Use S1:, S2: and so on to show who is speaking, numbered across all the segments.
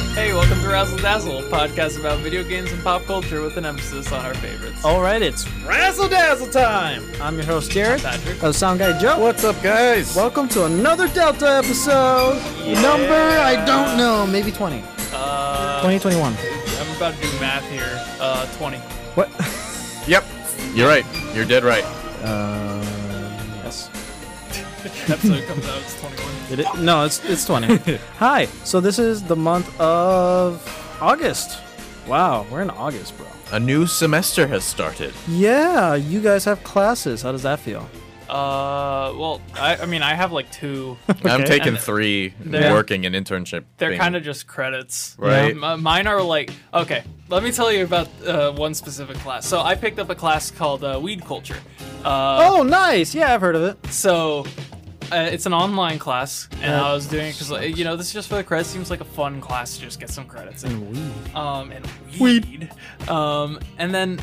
S1: to Razzle Dazzle, a podcast about video games and pop culture with an emphasis on our favorites.
S2: All right, it's
S1: Oh. Razzle Dazzle time!
S2: I'm your host Jared.
S1: Patrick.
S2: Oh, sound guy Joe.
S3: What's up, guys?
S2: Welcome to another Delta episode. Number I don't know, maybe 20,
S1: Uh,
S2: 2021.
S1: I'm about to do math here. Uh, 20.
S2: What?
S3: Yep, you're right. You're dead right.
S2: Uh, yes.
S1: Episode comes out, it's 21.
S2: It i- no, it's it's 20. Hi. So this is the month of August. Wow, we're in August, bro.
S3: A new semester has started.
S2: Yeah, you guys have classes. How does that feel?
S1: Uh, well, I, I mean, I have like two.
S3: I'm
S2: Okay.
S3: taking three,
S1: They're-
S3: working an internship.
S1: They're
S3: thing.
S1: kind of just credits.
S3: Right.
S1: Yeah, m- uh, mine are like, okay, let me tell you about uh, one specific class. So I picked up a class called uh, Weed Culture. Uh,
S2: Oh, nice. Yeah, I've heard of it.
S1: so uh, it's an online class and
S2: Uh,
S1: i was doing it because you know this is just for the credits seems like a fun class to just get some credits in um and weed, um and then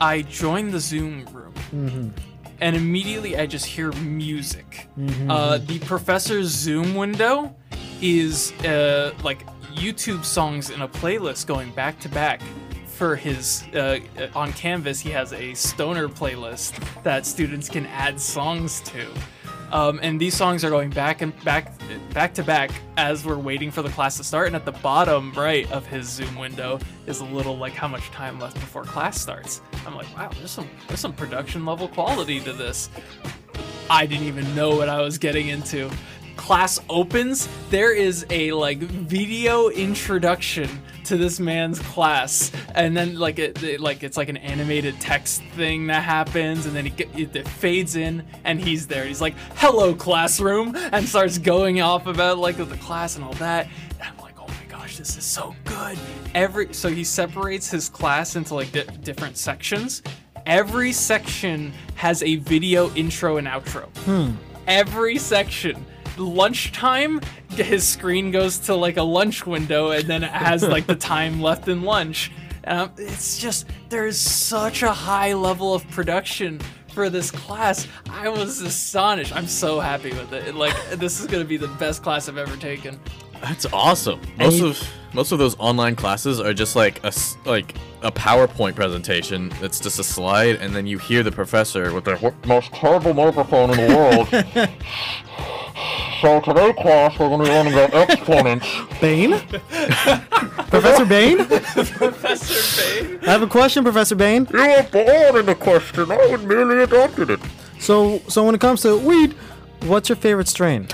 S1: i joined the zoom room and immediately i just hear music uh the professor's zoom window is uh like youtube songs in a playlist going back to back for his uh, on canvas he has a stoner playlist that students can add songs to um, and these songs are going back and back back to back as we're waiting for the class to start and at the bottom right of his zoom window is a little like how much time left before class starts i'm like wow there's some there's some production level quality to this I didn't even know what I was getting into. Class opens, there is a like video introduction to this man's class, and then like it, it- like it's like an animated text thing that happens, and then it, get- it, it fades in, and he's there. He's like, "Hello, classroom," and starts going off about like the class and all that. And I'm like, "Oh my gosh, this is so good!" Every so he separates his class into like di- different sections, Every section has a video intro and outro. Every section. Lunchtime, his screen goes to like a lunch window and then it has like the time left in lunch. Um, it's just, there is such a high level of production for this class. I was astonished. I'm so happy with it. Like, this is going to be the best class I've ever taken.
S3: That's awesome. Most
S2: you-
S3: of most of those online classes are just like a s- like a PowerPoint presentation. That's just a slide, and then you hear the professor with the wh- most horrible microphone in the world. so today class, we're going to be learning about exponents.
S2: Bane? Professor Bane?
S1: Professor Babe.
S2: I have a question, Professor Bane.
S3: You were born in the question. I would merely adopted it.
S2: So, so when it comes to weed, what's your favorite strain?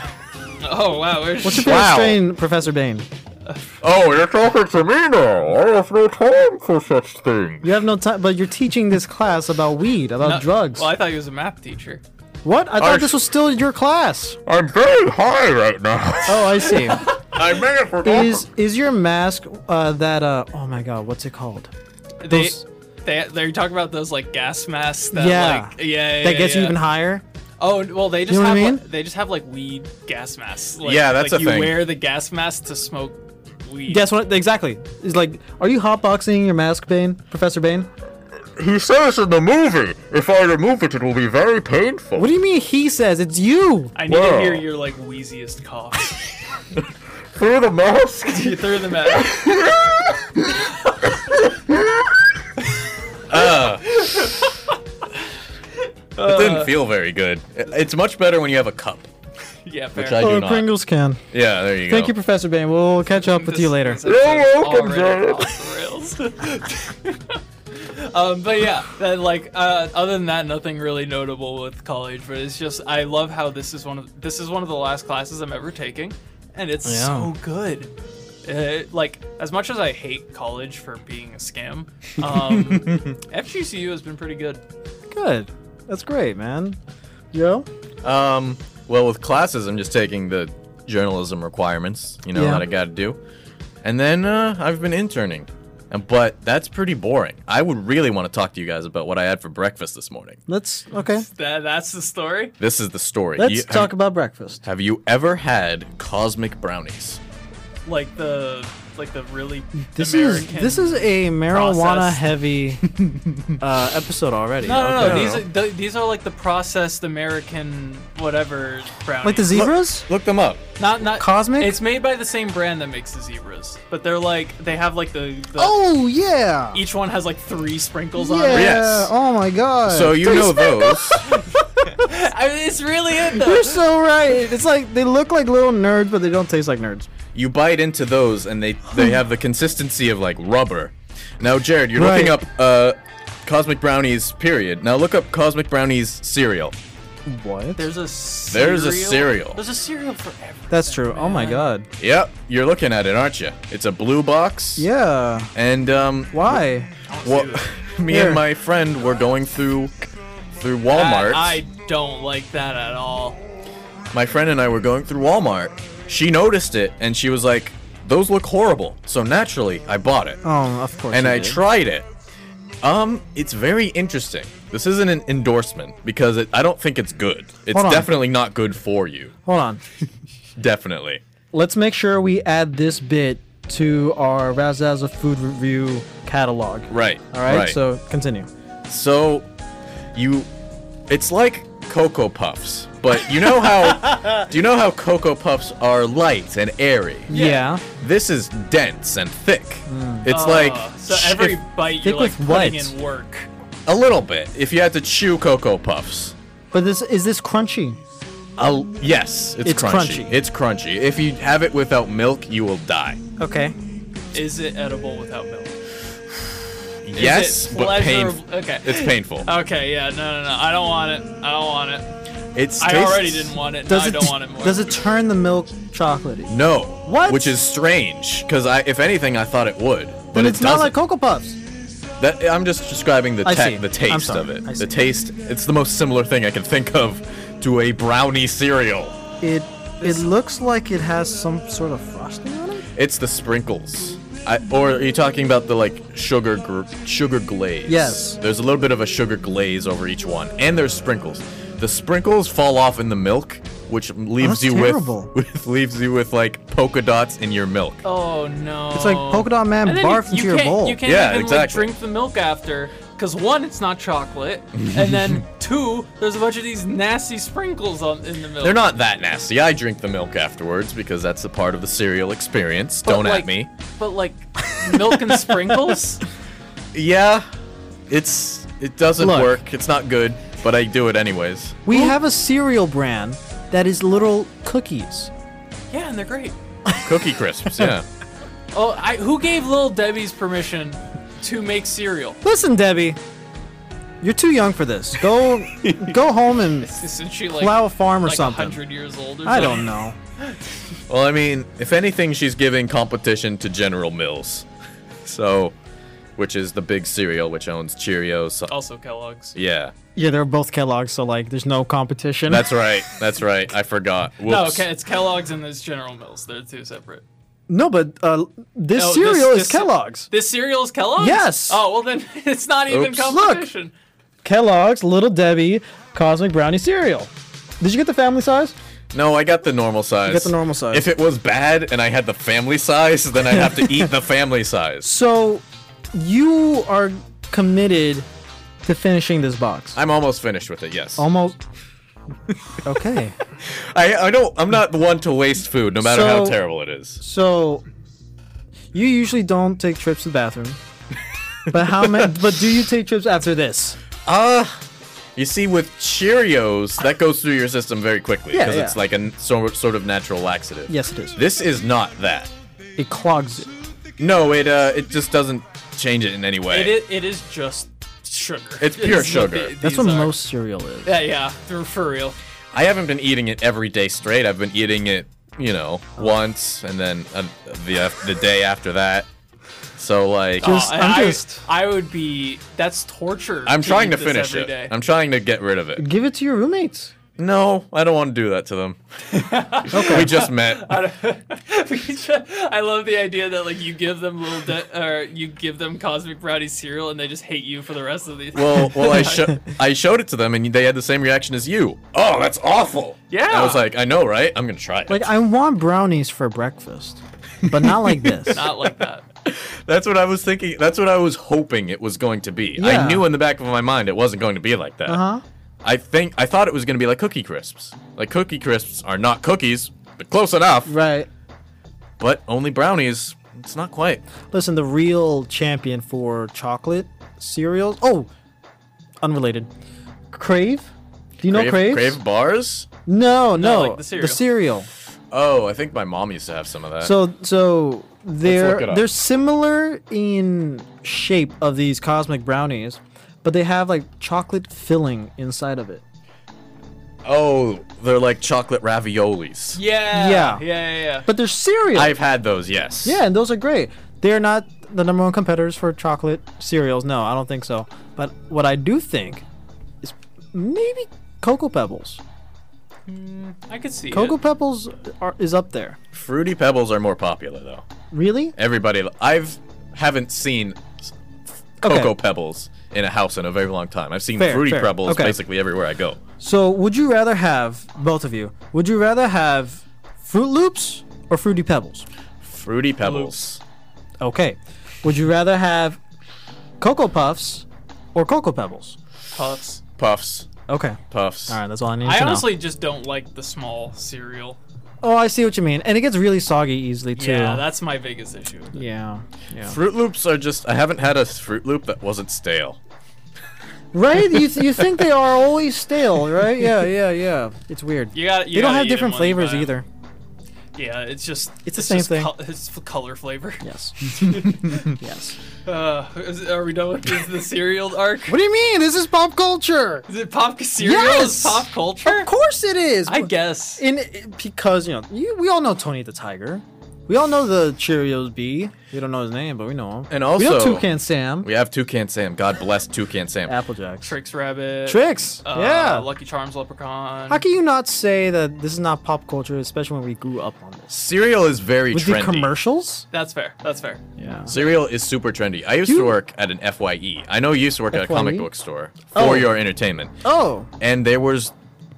S1: Oh, wow. Where's
S2: What's your favorite
S3: Wow.
S2: strain, Professor Bane?
S3: Oh, you're talking to me now. I have no time for such things.
S2: You have no time, but you're teaching this class about weed, about drugs.
S1: Uh, Well, I thought he was a math teacher.
S2: what? I
S3: Our-
S2: thought this was still your class.
S3: I'm very high right now.
S2: Oh, I see.
S3: I may have forgotten.
S2: is is your mask uh, that? Uh, oh my God, what's it called?
S1: they,
S2: Those-
S1: they they're talking about those like gas masks that
S2: Yeah.
S1: like yeah, yeah
S2: that gets
S1: yeah.
S2: you even higher.
S1: oh well they just
S2: know
S1: have
S2: what I mean?
S1: like, they just have like weed gas masks like,
S3: Yeah, that's
S1: like
S3: a
S1: you
S3: thing.
S1: wear the gas mask to smoke weed
S2: Guess what? Exactly. It's like, are you hotboxing your mask, Bane, Professor Bane?
S3: He says in the movie, if I remove it, it will be very painful.
S2: What do you mean? He says it's you.
S1: I need to
S3: Wow.
S1: hear your like wheeziest cough
S3: Through the mask?
S1: through the mask
S3: it Ah. didn't feel very good. It- It's much better when you have a cup.
S1: yeah fair.
S3: Which I-
S2: Oh,
S3: do not.
S2: Pringles can.
S3: Yeah, there you
S2: Thank you,
S3: go.
S2: Professor Bane. We'll catch up with you later.
S1: This episode
S3: You're
S1: is
S3: welcome,
S1: already
S3: Jared.
S1: off the rails. um, but yeah, that, like uh, other than that, nothing really notable with college. But it's just I love how this is one of this is one of the last classes I'm ever taking, and it's
S2: Yeah.
S1: so good. Uh, like as much as I hate college for being a scam, um, FGCU has been pretty good.
S2: Good. That's great, man. Yo.
S3: Um, well, with classes, I'm just taking the journalism requirements, you know,
S2: Yeah.
S3: that I gotta do. And then uh, I've been interning. And- But that's pretty boring. I would really want to talk to you guys about what I had for breakfast this morning.
S2: Let's okay.
S1: That that's the story.
S3: This is the story.
S2: Let's
S3: You- have-
S2: talk about breakfast.
S3: Have you ever had cosmic brownies?
S1: Like the like the really
S2: This
S1: American.
S2: is this is a marijuana
S1: processed-
S2: heavy uh, episode already.
S1: no, no, no.
S2: Okay.
S1: These are, th- these are like the processed American whatever brownies.
S2: like the zebras.
S3: Look them up.
S1: Not not
S2: Cosmic?
S1: It's made by the same brand that makes the zebras, but they're like they have like the, the
S2: Oh yeah.
S1: each one has like three sprinkles
S2: yeah.
S1: on it.
S3: Yes.
S2: Oh my god.
S3: So you know those.
S1: I mean, it's really it though.
S2: You're so right. It's like they look like little nerds, but they don't taste like nerds.
S3: You bite into those, and they they have the consistency of like rubber. Now, Jared, you're looking
S2: Right.
S3: up uh, cosmic brownies. Period. Now look up cosmic brownies cereal.
S2: What?
S1: There's a cereal.
S3: There's a cereal.
S1: There's a cereal for everything.
S2: That's true. Oh my
S1: man.
S2: god.
S3: Yep, you're looking at it, aren't you? It's a blue box.
S2: Yeah.
S3: And um,
S2: Why?
S1: Don't
S3: Well,
S1: do that.
S3: me
S2: Here.
S3: and my friend were going through through Walmart.
S1: I, I don't like that at all.
S3: my friend and I were going through Walmart. She noticed it and she was like, "Those look horrible." So naturally, I bought it
S2: Oh, of course.
S3: and
S2: you
S3: I
S2: did.
S3: tried it. Um, it's very interesting. This isn't an endorsement because it, I don't think it's good. It's
S2: Hold on.
S3: definitely not good for you.
S2: Hold on.
S3: Definitely.
S2: Let's make sure we add this bit to our Razzazza food review catalog.
S3: Right.
S2: All right.
S3: right.
S2: So continue.
S3: So, you, it's like Cocoa Puffs, but you know how, do you know how Cocoa Puffs are light and airy?
S2: Yeah.
S3: This is dense and thick. It's like
S1: Hmm. Uh, Oh, so
S3: sh-
S1: every
S3: if-
S1: bite
S2: Think
S1: you're like
S2: with
S1: putting
S2: what?
S1: in work.
S3: a little bit. If you had to chew Cocoa Puffs,
S2: But this is this crunchy.
S3: a, yes, it's,
S2: It's
S3: crunchy.
S2: crunchy.
S3: It's crunchy. If you have it without milk, you will die.
S2: Okay.
S1: Is it edible without milk? Is
S3: yes,
S1: it
S3: but
S1: pleasurable-
S3: painful.
S1: Okay. Uh,
S3: It's painful.
S1: Okay, yeah, no, no, no. I don't want it. I don't want it.
S3: it's
S1: I
S3: tastes-
S1: already didn't want it.
S2: Does
S1: now
S2: it
S1: I don't want it more.
S2: does it turn the milk chocolatey?
S3: No.
S2: What?
S3: Which is strange, because I, if anything, I thought it would, but
S2: But
S3: it
S2: it's not
S3: doesn't.
S2: like Cocoa Puffs.
S3: That, I'm just describing the
S2: I
S3: ta-
S2: see.
S3: the
S2: I'm
S3: taste
S2: sorry.
S3: of it.
S2: I see.
S3: The taste. It's the most similar thing I can think of to a brownie cereal.
S2: It it looks like it has some sort of frosting on it.
S3: It's the sprinkles. I, or are you talking about the like sugar gr- sugar glaze?
S2: Yes.
S3: There's a little bit of a sugar glaze over each one, and there's sprinkles. The sprinkles fall off in the milk, which leaves
S2: that's
S3: you
S2: terrible.
S3: with, with leaves you with like polka dots in your milk.
S1: Oh no.
S2: It's like Polka Dot Man
S1: And then you-
S2: barfed into
S1: you
S2: your
S1: can't-
S2: bowl.
S1: You can't
S3: Yeah,
S1: even like
S3: exactly.
S1: drink the milk after, because one, it's not chocolate, and then two, there's a bunch of these nasty sprinkles on in the milk.
S3: They're not that nasty. I drink the milk afterwards because that's a part of the cereal experience.
S1: But,
S3: Don't
S1: like,
S3: at me.
S1: But like milk and sprinkles.
S3: Yeah, it's it doesn't
S2: Look.
S3: work. It's not good, but I do it anyways.
S2: We have a cereal brand that is little cookies.
S1: Yeah, and they're great.
S3: Cookie crisps. Yeah.
S1: Oh, I, who gave Little Debbie's permission to make cereal?
S2: Listen, Debbie, you're too young for this. Go go home and
S1: Isn't she like
S2: plow a farm or
S1: like
S2: something.
S1: hundred years old? Or
S2: I
S1: something?
S2: don't know.
S3: Well, I mean, if anything, she's giving competition to General Mills. So, which is the big cereal which owns Cheerios. so-
S1: Also Kellogg's.
S3: Yeah,
S2: Yeah, they're both Kellogg's, so like, there's no competition.
S3: that's right. That's right. I forgot. Whoops.
S1: No, okay, it's Kellogg's and there's General Mills. They're two separate.
S2: no, but uh, this
S1: No, this-
S2: cereal is
S1: this-
S2: Kellogg's.
S1: This cereal is Kellogg's.
S2: Yes.
S1: Oh well, then it's not even
S3: Oops.
S2: Look.
S1: competition.
S2: Kellogg's Little Debbie Cosmic Brownie cereal. Did you get the family size?
S3: No, I got the normal size.
S2: got the normal size.
S3: If it was bad and I had the family size, then I'd have to eat the family size.
S2: So, you are committed to finishing this box.
S3: I'm almost finished with it. Yes.
S2: Almost. okay.
S3: I, I don't. I'm not the one to waste food, no matter how
S2: So-
S3: terrible it is.
S2: So, you usually don't take trips to the bathroom, but how many? But do you take trips after this?
S3: Uh you see, with Cheerios, that goes through your system very quickly
S2: Yeah,
S3: because
S2: yeah.
S3: it's like a n- sort sort of natural laxative.
S2: Yes, it is.
S3: This is not that.
S2: It clogs it.
S3: No, it uh, it just doesn't change it in any way.
S1: It is, it is just sugar.
S3: It's
S1: It's
S3: pure
S1: what
S3: sugar.
S1: the-
S2: That's
S1: these
S2: what
S1: are.
S2: most cereal is.
S1: Yeah, yeah, for, for real.
S3: I haven't been eating it every day straight. I've been eating it, you know, once and then uh, the uh, the day after that. So like,
S2: Just-
S1: and
S2: I'm
S1: I,
S2: just-
S1: I would be. That's torture.
S3: I'm trying
S1: eat
S3: to
S1: this
S3: finish
S1: every
S3: it.
S1: day.
S3: I'm trying to get rid of it.
S2: Give it to your roommates.
S3: No, I don't want to do that to them. We just met.
S1: I, don't- we just- I love the idea that like you give them little de- or you give them cosmic brownie cereal and they just hate you for the rest of the
S3: Well, well, I sho- I showed it to them, and they had the same reaction as you. Oh, that's awful.
S1: Yeah.
S3: I was like, I know, right? I'm gonna try it.
S2: Like I want brownies for breakfast, but not like this.
S1: not like that.
S3: that's what I was thinking. That's what I was hoping it was going to be. I
S2: Yeah.
S3: knew in the back of my mind it wasn't going to be like that.
S2: uh huh.
S3: I think I thought it was gonna be like cookie crisps. Like cookie crisps are not cookies, but close enough.
S2: Right.
S3: But only brownies. It's not quite.
S2: Listen, the real champion for chocolate cereals. Oh, unrelated. Crave. Do you know Crave?
S3: Crave bars.
S2: No,
S1: No,
S2: no,
S1: like the cereal.
S2: The cereal.
S3: Oh, I think my mom used to have some of that.
S2: So, so
S3: Uh, look it
S2: they're
S3: up.
S2: they're similar in shape of these cosmic brownies, but they have like chocolate filling inside of it.
S3: oh, they're like chocolate raviolis.
S1: Yeah.
S2: Yeah.
S1: Yeah. Yeah. Yeah.
S2: But they're cereal.
S3: I've had those, yes.
S2: yeah, and those are great. They're not the number one competitors for chocolate cereals. No, I don't think so. But what I do think is maybe Cocoa Pebbles.
S1: I could see
S2: Cocoa
S1: it.
S2: Pebbles are, is up there.
S3: Fruity Pebbles are more popular though.
S2: Really?
S3: Everybody, I've haven't seen s-
S2: Okay.
S3: Cocoa Pebbles in a house in a very long time. I've seen
S2: Fair,
S3: Fruity
S2: fair.
S3: Pebbles
S2: Okay.
S3: basically everywhere I go.
S2: So, would you rather have both of you? Would you rather have Fruit Loops or Fruity Pebbles?
S3: Fruity Pebbles.
S2: Okay. Would you rather have Cocoa Puffs or Cocoa Pebbles?
S1: Puffs.
S3: Puffs.
S2: Okay.
S3: Puffs.
S2: All right, that's all I need
S1: I
S2: to know.
S1: honestly just don't like the small cereal.
S2: Oh, I see what you mean. And it gets really soggy easily too.
S1: Yeah, that's my biggest issue. with it.
S2: yeah. Yeah.
S3: Fruit Loops are just I haven't had a Fruit Loop that wasn't stale.
S2: Right? You, th- you think they are always stale, right? Yeah, yeah, yeah. It's weird.
S1: You got. You
S2: they don't
S1: gotta
S2: have
S1: eat 'em
S2: different
S1: when you buy
S2: flavors
S1: 'em.
S2: either.
S1: Yeah, it's just
S2: the same
S1: just
S2: thing.
S1: col- it's f- color flavor.
S2: Yes. yes.
S1: Uh, is- are we done with the- the cereal arc?
S2: What do you mean? This is pop culture.
S1: Is it pop cereal?
S2: Yes!
S1: Is pop culture?
S2: Of course it is.
S1: I guess.
S2: In because you know you, we all know Tony the Tiger. We all know the Cheerios B. We don't know his name, but we know him.
S3: And
S2: we know
S3: also-
S2: Toucan Sam,
S3: We have Toucan Sam. God bless Toucan Sam.
S2: Applejack,
S1: Tricks Rabbit.
S2: Tricks.
S1: Uh,
S2: yeah.
S1: Lucky Charms Leprechaun.
S2: How can you not say that this is not pop culture, especially when we grew up on this
S3: Cereal is very
S2: with
S3: trendy.
S2: the commercials?
S1: That's fair. That's fair.
S2: Yeah.
S3: Cereal is super trendy. I used
S2: You-
S3: to work at an FYE. I know you used to work at a comic
S2: FYE?
S3: book store for
S2: Oh.
S3: your entertainment.
S2: Oh,
S3: And there was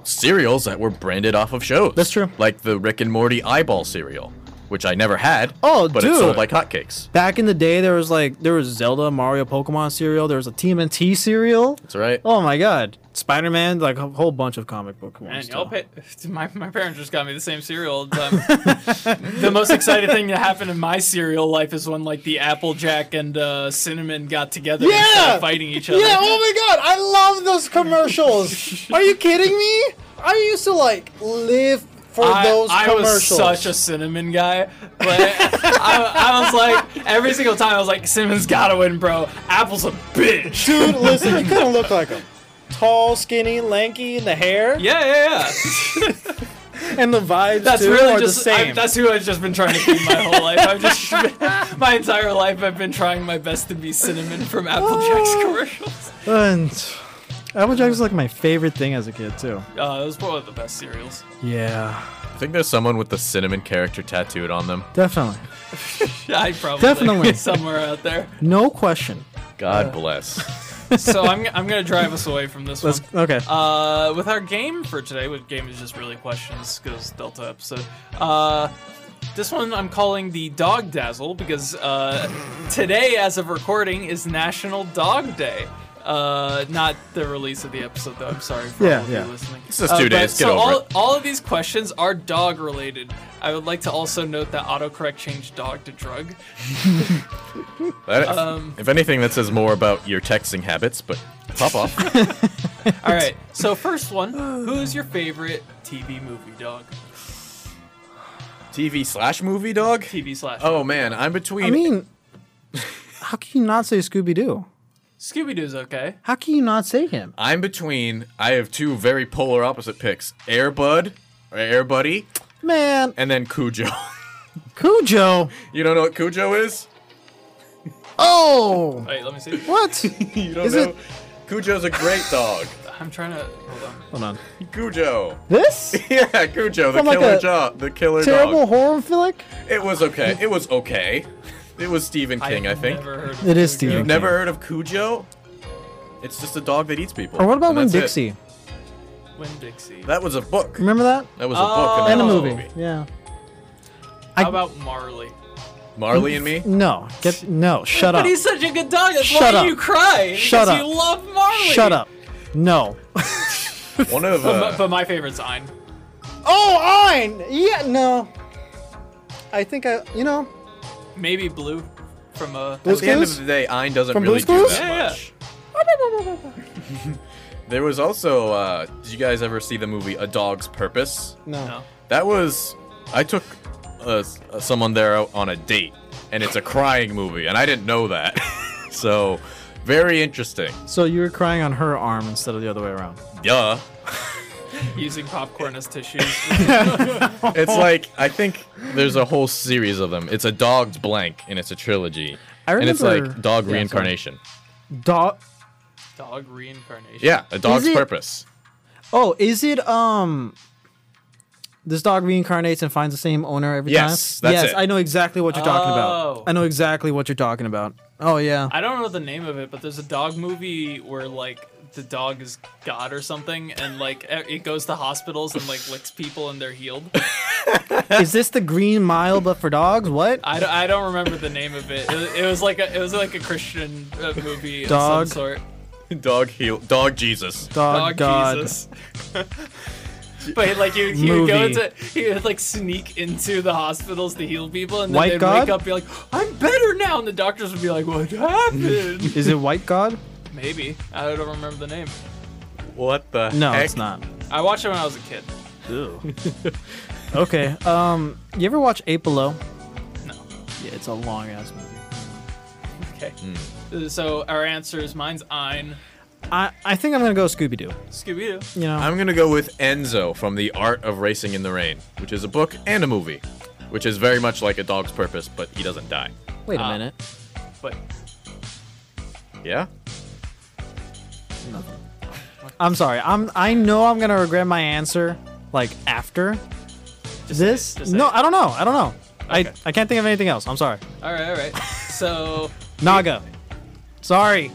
S3: cereals that were branded off of shows.
S2: That's true.
S3: Like the Rick and Morty eyeball cereal, which I never had.
S2: Oh,
S3: but
S2: dude.
S3: it sold like hotcakes.
S2: back in the day, there was like there was Zelda, Mario, Pokemon cereal. There was a TMNT cereal.
S3: That's right.
S2: Oh my God, Spider Man, like a whole bunch of comic book ones.
S1: And
S2: too.
S1: y'all pay- my, my parents just got me the same cereal all the time. the most exciting thing that happened in my cereal life is when like the Applejack and uh, Cinnamon got together and
S2: Yeah!
S1: started fighting each other.
S2: Yeah, oh my god, I love those commercials. Are you kidding me? I used to like live for
S1: I,
S2: those
S1: I was
S2: commercials.
S1: such a cinnamon guy, but I, I was like every single time I was like, "Cinnamon's gotta win, bro. Apple's a bitch."
S2: dude. Listen, you couldn't look like him. Tall, skinny, lanky in the hair,
S1: Yeah, yeah, yeah.
S2: and the vibes
S1: That's
S2: too
S1: really
S2: are
S1: just
S2: the same.
S1: I, that's who I've just been trying to be my whole life. I've just my entire life I've been trying my best to be cinnamon from
S2: Oh.
S1: Applejack's commercials.
S2: and Applejack was like my favorite thing as a kid too.
S1: Uh, it was probably the best cereals.
S2: Yeah,
S3: I think there's someone with the cinnamon character tattooed on them.
S2: definitely,
S1: I probably
S2: Definitely.
S1: somewhere out there.
S2: no question.
S3: God
S2: Uh.
S3: bless.
S1: So I'm I'm gonna drive us away from this
S2: Let's
S1: one.
S2: okay.
S1: Uh, with our game for today, which game is just really questions because Delta episode. Uh, this one I'm calling the Dog Dazzle because uh, today, as of recording, is National Dog Day. Uh, not the release of the episode though. I'm sorry for
S2: Yeah,
S1: all of
S2: yeah.
S1: you listening. Uh,
S3: It's just two
S1: but-
S3: days, get
S1: so
S3: over
S1: all,
S3: it.
S1: all of these questions are dog related. I would like to also note that autocorrect changed dog to drug.
S3: That- if anything, that says more about your texting habits, but pop off.
S1: All right. So first one, who is your favorite TV movie dog?
S3: TV slash movie dog?
S1: TV slash.
S3: Oh man, I'm between.
S2: I mean, how can you not say Scooby Doo?
S1: Scooby Doo's okay.
S2: How can you not say him?
S3: I'm between. I have two very polar opposite picks: Airbud, or Air Buddy,
S2: Man,
S3: and then Cujo.
S2: Cujo.
S3: you don't know what Cujo is?
S2: Oh,
S1: Wait, let me see.
S2: what?
S3: You don't
S2: Is
S3: know.
S2: it-
S3: Cujo's a great dog.
S1: I'm trying to. Hold on.
S2: Hold on.
S3: Cujo.
S2: This
S3: Yeah, Cujo, the
S2: From, like,
S3: killer
S2: a
S3: job, the killer
S2: terrible
S3: dog.
S2: horror flick.
S3: It was okay. It was okay. It was Stephen King, I
S1: I've
S3: think.
S1: Never heard of
S2: It is
S1: Cujo.
S2: Stephen.
S3: You've
S2: King.
S3: never heard of Cujo? It's just a dog that eats people.
S2: Or what about
S3: and
S2: Win
S3: that's
S2: Dixie?
S3: it.
S1: Win Dixie.
S3: That was a book.
S2: Remember that?
S3: That was a
S1: Oh.
S3: book
S2: And
S3: that
S2: a
S3: was
S2: movie. Yeah. I,
S1: How about Marley?
S3: Marley and me.
S2: no? Get no. Shut
S1: but
S2: up.
S1: he's such a good dog. That's
S2: Shut
S1: why
S2: up.
S1: you cry.
S2: Shut
S1: because
S2: up.
S1: You love Marley.
S2: Shut up. No.
S3: One
S1: But,
S3: of
S1: my-
S3: uh,
S1: but my favorite's Ein.
S2: Oh, Ein. Yeah. No. I think I. You know.
S1: Maybe Blue from uh, a.
S2: Blue
S3: at the end
S2: Clues?
S3: of the day, Ein doesn't
S2: From
S3: really
S2: Blue's
S3: do
S2: Clues?
S3: that
S1: Yeah,
S3: much. There was also. Uh, did you guys ever see the movie A Dog's Purpose?
S2: No.
S1: No.
S3: That was. I took uh, s- uh, someone there out on a date, and it's a crying movie, and I didn't know that. so, very interesting.
S2: So you were crying on her arm instead of the other way around.
S3: Duh.
S1: Using popcorn as tissues.
S3: It's like I think there's a whole series of them. It's a dog's blank, and it's a trilogy.
S2: I
S3: and it's like
S2: remember-
S3: dog
S2: Yeah, sorry.
S3: reincarnation.
S2: Dog.
S1: dog reincarnation.
S3: Yeah, a dog's
S2: it-
S3: purpose.
S2: Oh, is it um? This dog reincarnates and finds the same owner every
S3: Yes,
S2: time.
S3: that's
S2: yes,
S3: it.
S2: I know exactly what you're talking
S1: Oh.
S2: about. I know exactly what you're talking about. Oh yeah.
S1: I don't know the name of it, but there's a dog movie where like the dog is God or something, and like e- it goes to hospitals and like licks people and they're healed.
S2: is this the Green Mile but for dogs? What?
S1: I, don't- I don't remember the name of it. It was, it was like a it was like a Christian uh, movie
S2: Dog.
S1: of some sort.
S3: Dog heal. Dog Jesus.
S2: Dog, God.
S1: Jesus. but like he he would go
S2: Movie.
S1: into he would like sneak into the hospitals to heal people, and then
S2: White
S1: they'd
S2: God?
S1: wake up and be like, "I'm better now," and the doctors would be like, "What happened?"
S2: Is it White God?
S1: Maybe I don't remember the name.
S3: What the?
S2: No,
S3: heck?
S2: it's not.
S1: I watched it when I was a kid.
S2: Okay. Um, you ever watch Eight Below?
S1: No.
S2: Yeah, it's a long ass movie.
S1: Okay.
S2: Hmm.
S1: Uh, So our answer is mine's Ein,
S2: I I think I'm gonna go Scooby Doo.
S1: Scooby Doo.
S2: You know.
S3: I'm gonna go with Enzo from The Art of Racing in the Rain, which is a book and a movie, which is very much like a dog's purpose, but he doesn't die.
S2: Wait a
S1: Ah.
S2: minute.
S1: But
S3: Yeah.
S2: I'm sorry. I'm I know I'm gonna regret my answer like after this.
S1: just say
S2: no,
S1: it.
S2: I don't know. I don't know.
S1: Okay.
S2: I I can't think of anything else. I'm sorry.
S1: all right, all right. So
S2: Naga. Sorry.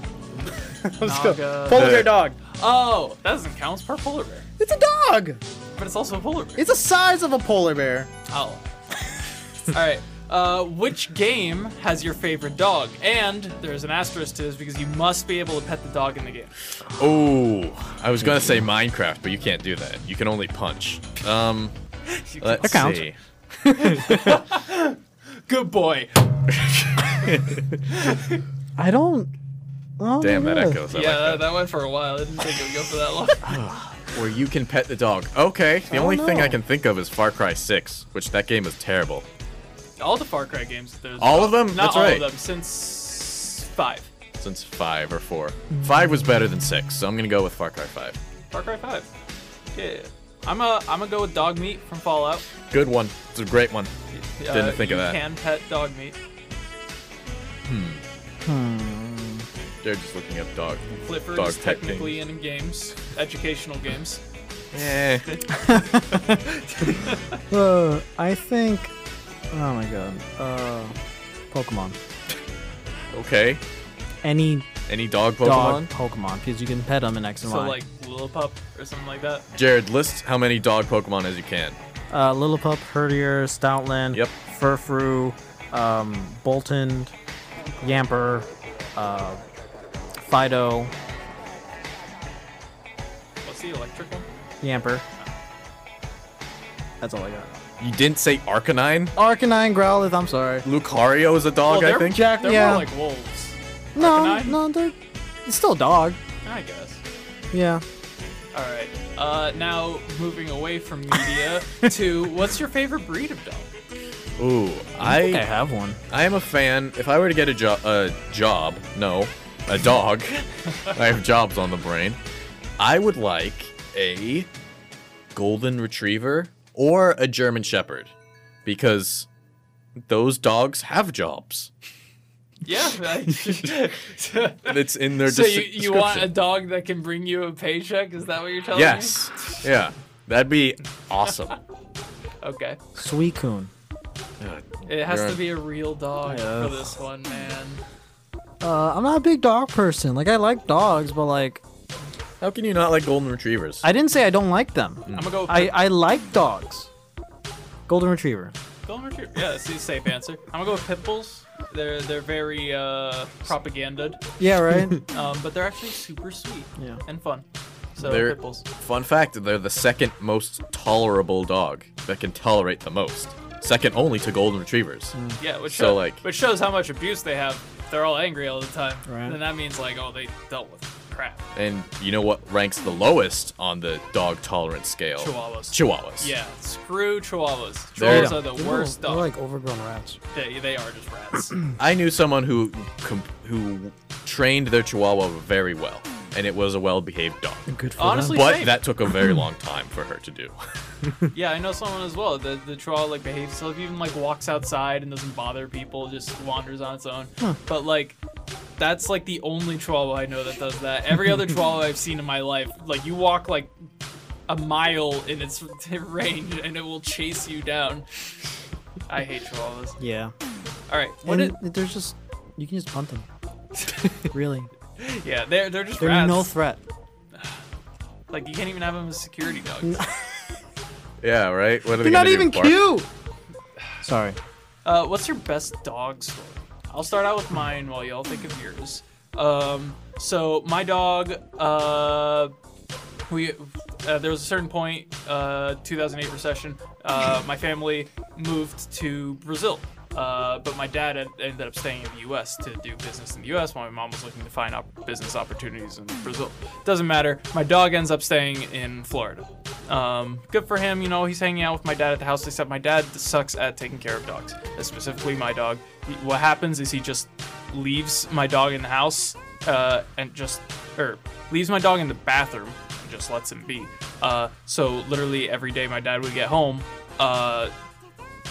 S1: Naga.
S2: Polar
S3: bear
S2: dog.
S1: Oh, that doesn't count. It's part polar bear,
S2: It's a dog.
S1: but it's also a polar bear.
S2: It's the size of a polar bear.
S1: Oh. All right. Uh, which game has your favorite dog? And there's an asterisk to this because you must be able to pet the dog in the game.
S3: Oh, I was gonna say Minecraft, but you can't do that. You can only punch. Um, let's
S2: counts.
S3: see.
S1: Good boy.
S2: I don't. Oh,
S3: Damn, that
S2: yes.
S3: echoes. I
S1: yeah,
S3: like
S1: that. that went for a while. I didn't think it would go for that long.
S3: Where you can pet the dog. Okay. The only
S2: don't
S3: thing I
S2: know.
S3: can think of is Far Cry 6, which that game is terrible.
S1: all the Far Cry games. There's
S3: All of them?
S1: Not
S3: That's
S1: all
S3: right.
S1: of them. Since five.
S3: Since 5 or 4. 5 was better than 6, so I'm going to go with Far Cry 5.
S1: Far Cry five. Yeah. I'm a. I'm gonna go with dog meat from Fallout. Uh,
S3: Good one. It's a great one. Didn't think
S1: you
S3: of that.
S1: Can pet dog meat.
S3: They're just looking up dog.
S1: Clifford
S3: Dog
S1: is
S3: pet
S1: technically in games, educational games.
S3: Eh.
S2: Uh, I think. Oh my god. Uh, Pokemon.
S3: Okay.
S2: Any
S3: Any dog Pokemon?
S2: dog Pokemon because you can pet them in X and
S1: So
S2: Y.
S1: like Lillipup or something like that.
S3: Jared, list how many dog Pokemon as you can.
S2: uh, Lillipup, Herdier, Stoutland,
S3: Yep.
S2: Furfru, um, Bolton, Yamper, uh, Fido,
S1: What's the electric one?
S2: Yamper. That's all I got.
S3: You didn't say Arcanine?
S2: Arcanine, Growlithe. I'm sorry.
S3: Lucario is a dog,
S1: Well,
S3: I
S1: they're-
S3: think.
S2: Jack-
S1: They're
S2: yeah.
S1: more like wolves,
S2: No,
S1: Arcanine?
S2: no, they're it's still a dog.
S1: I guess.
S2: Yeah.
S1: All right. Uh, now moving away from media to what's your favorite breed of dog?
S3: Ooh,
S2: I think I
S3: I
S2: have one.
S3: I am a fan. If I were to get a job, a job, no, a dog. I have jobs on the brain. I would like a golden retriever or a German shepherd because those dogs have jobs.
S1: Yeah. I-
S3: It's in their
S1: so
S3: des-
S1: you, you want a
S3: description.
S1: dog that can bring you a paycheck? Is that what you're telling me?
S3: Yes. Yeah. That'd be awesome.
S1: Okay.
S2: Suicune.
S1: It has
S3: You're
S1: to
S3: on-
S1: be a real dog
S2: Yeah.
S1: for this one, man.
S2: Uh, I'm not a big dog person. Like I like dogs, but like
S3: How can you not like golden retrievers?
S2: I didn't say I don't like them.
S1: I'm gonna go with
S2: I I like dogs. Golden retriever.
S1: Golden Retriever. Yeah, that's the safe answer. I'm gonna go with pit bulls. They're they're very uh propagandaed,
S2: Yeah, right.
S1: um, but they're actually super sweet
S2: Yeah.
S1: and fun. So
S3: They're-
S1: pit bulls.
S3: Fun fact, they're the second most tolerable dog that can tolerate the most. Second only to golden retrievers.
S1: Yeah, which
S3: So,
S1: show-
S3: like-
S1: which shows how much abuse they have. They're all angry all the time,
S2: Right.
S1: and that means like oh they dealt with crap.
S3: And you know what ranks the lowest on the dog tolerance scale?
S1: Chihuahuas.
S3: Chihuahuas.
S1: Yeah, screw chihuahuas.
S3: They're-
S1: Chihuahuas are the
S2: They're
S1: worst
S2: little-
S1: dog.
S2: They're like overgrown rats.
S1: They, they are just rats.
S3: I knew someone who com- who trained their Chihuahua very well, and it was a well-behaved dog.
S2: Good for
S1: Honestly,
S3: But
S1: same.
S3: that took a very long time for her to do.
S1: yeah, I know someone as well. The the chihuahua like behaves itself, even like walks outside and doesn't bother people, just wanders on its own. But like that's like the only chihuahua I know that does that. Every other chihuahua I've seen in my life, like you walk like a mile in its range and it will chase you down. I hate chihuahuas.
S2: Yeah.
S1: All right, what
S2: and
S1: it,
S2: there's just you can just punt them. really.
S1: yeah, they're they're just
S2: They're
S1: rats.
S2: no threat.
S1: like you can't even have them as security dogs.
S3: yeah, right. What are
S2: They're
S3: they
S2: not
S3: gonna do,
S2: even
S3: bark?
S2: cute. Sorry.
S1: Uh, what's your best dog story? I'll start out with mine while y'all think of yours. Um, so my dog, uh, we uh, there was a certain point, uh, 2008 recession. Uh, my family moved to Brazil, uh, but my dad en- ended up staying in the U.S. to do business in the U.S. while my mom was looking to find op- business opportunities in Brazil. Doesn't matter. My dog ends up staying in Florida. Um, good for him. You know, he's hanging out with my dad at the house. Except my dad sucks at taking care of dogs, specifically my dog. He- what happens is he just leaves my dog in the house uh, and just or leaves my dog in the bathroom and just lets him be. Uh, so literally every day my dad would get home, uh,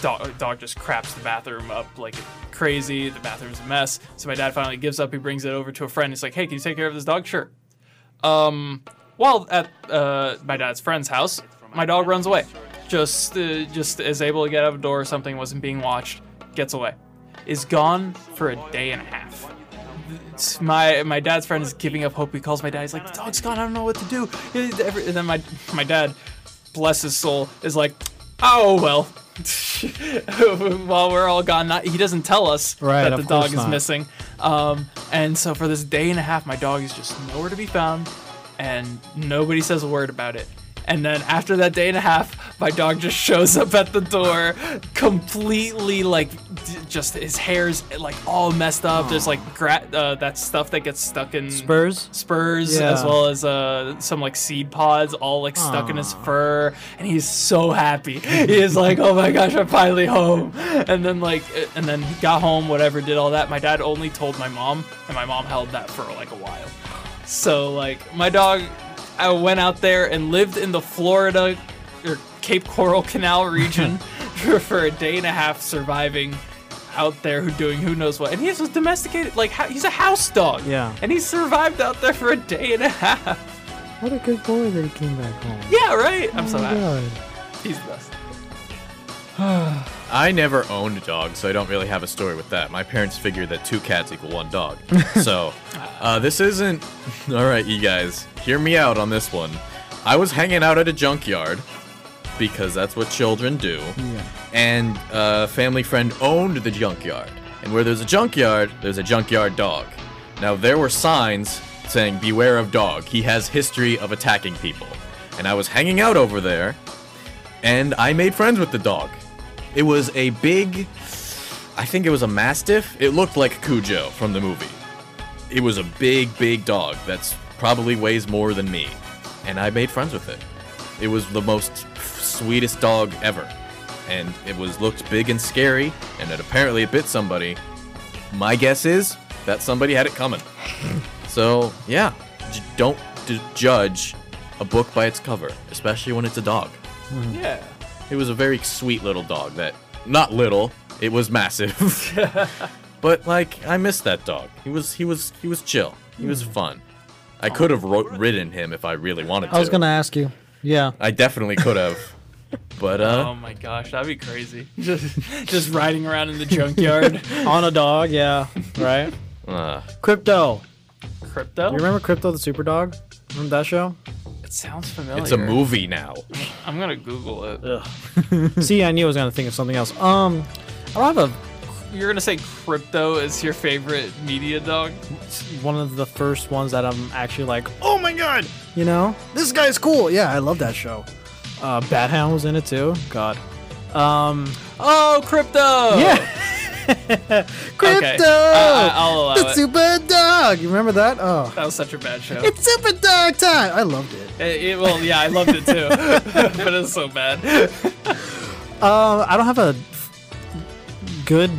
S1: dog, dog just craps the bathroom up like crazy. The bathroom's a mess. So my dad finally gives up. He brings it over to a friend. He's like, "Hey, can you take care of this dog?" Sure. Um, while at uh, my dad's friend's house, my dog runs away. Just uh, just is able to get out of the door or something. Wasn't being watched. Gets away. Is gone for a day and a half. It's- my my dad's friend is giving up hope. He calls my dad. He's like, the dog's gone. I don't know what to do. And then my my dad, bless his soul, is like, oh well. While we're all gone, not, he doesn't tell us
S2: Right,
S1: that the
S2: of
S1: dog
S2: course
S1: is
S2: not.
S1: missing. Um, and so for this day and a half, my dog is just nowhere to be found, and nobody says a word about it. And then after that day and a half, my dog just shows up at the door, completely like, d- just his hair's like all messed up. There's like gra- uh, that stuff that gets stuck in
S2: Spurs?
S1: spurs
S2: Yeah.
S1: as well as uh, some like seed pods all like stuck in his fur and he's so happy he is like oh my gosh i'm finally home and then like uh, and then he got home whatever did all that my dad only told my mom and my mom held that for like a while so like my dog i went out there and lived in the florida or cape coral canal region for, for a day and a half surviving out there who doing who knows what and he's was domesticated like ho- he's a house dog
S2: Yeah.
S1: and he survived out there for a day and a half.
S2: What a good boy that he came back home.
S1: Yeah, right? I'm so
S2: Oh my
S1: happy.
S2: God.
S1: He's the best.
S3: I never owned a dog, so I don't really have a story with that. My parents figured that two cats equal one dog. so, uh, this isn't. All right, you guys, hear me out on this one. I was hanging out at a junkyard because that's what children do. And a family friend owned the junkyard. And where there's a junkyard, there's a junkyard dog. Now, there were signs saying, Beware of dog. He has history of attacking people. And I was hanging out over there, and I made friends with the dog. It was a big, I think it was a Mastiff. It looked like Cujo from the movie. It was a big, big dog that's probably weighs more than me. And I made friends with it. It was the most sweetest dog ever. And it was looked big and scary, and it apparently it bit somebody. My guess is that somebody had it coming. So, yeah, j- don't d- judge a book by its cover, especially when it's a dog.
S2: Hmm.
S1: Yeah.
S3: It was a very sweet little dog that, not little, it was massive. But like, I missed that dog. He was he was he was chill. He
S2: Hmm.
S3: was fun. I could have ro- ridden him if I really wanted to.
S2: I was gonna ask you. Yeah.
S3: I definitely could have. But uh,
S1: Oh my gosh, that'd be crazy. Just just riding around in the junkyard.
S2: On a dog, yeah. Right?
S3: uh,
S2: oh, Crypto.
S1: Crypto?
S2: You remember Crypto the Super Dog? Remember that show?
S1: It sounds familiar.
S3: it's a movie now.
S1: I'm gonna Google it.
S2: See, I knew I was gonna think of something else. Um I don't have
S1: You're gonna say crypto is your favorite media dog?
S2: a one of the first ones that I'm actually like, oh my god! You know? This guy's cool. Yeah, I love that show. Uh Bat Hound was in it too. God. Um
S1: Oh, crypto!
S2: Yeah. Crypto!
S1: Okay. I- I- I'll allow
S2: the
S1: it.
S2: Super Dog! You remember that? Oh.
S1: That was such a bad show. It,
S2: It's Super Dog time! I loved it.
S1: it- well, yeah, I loved it too, but it was so bad.
S2: Uh, I don't have a good,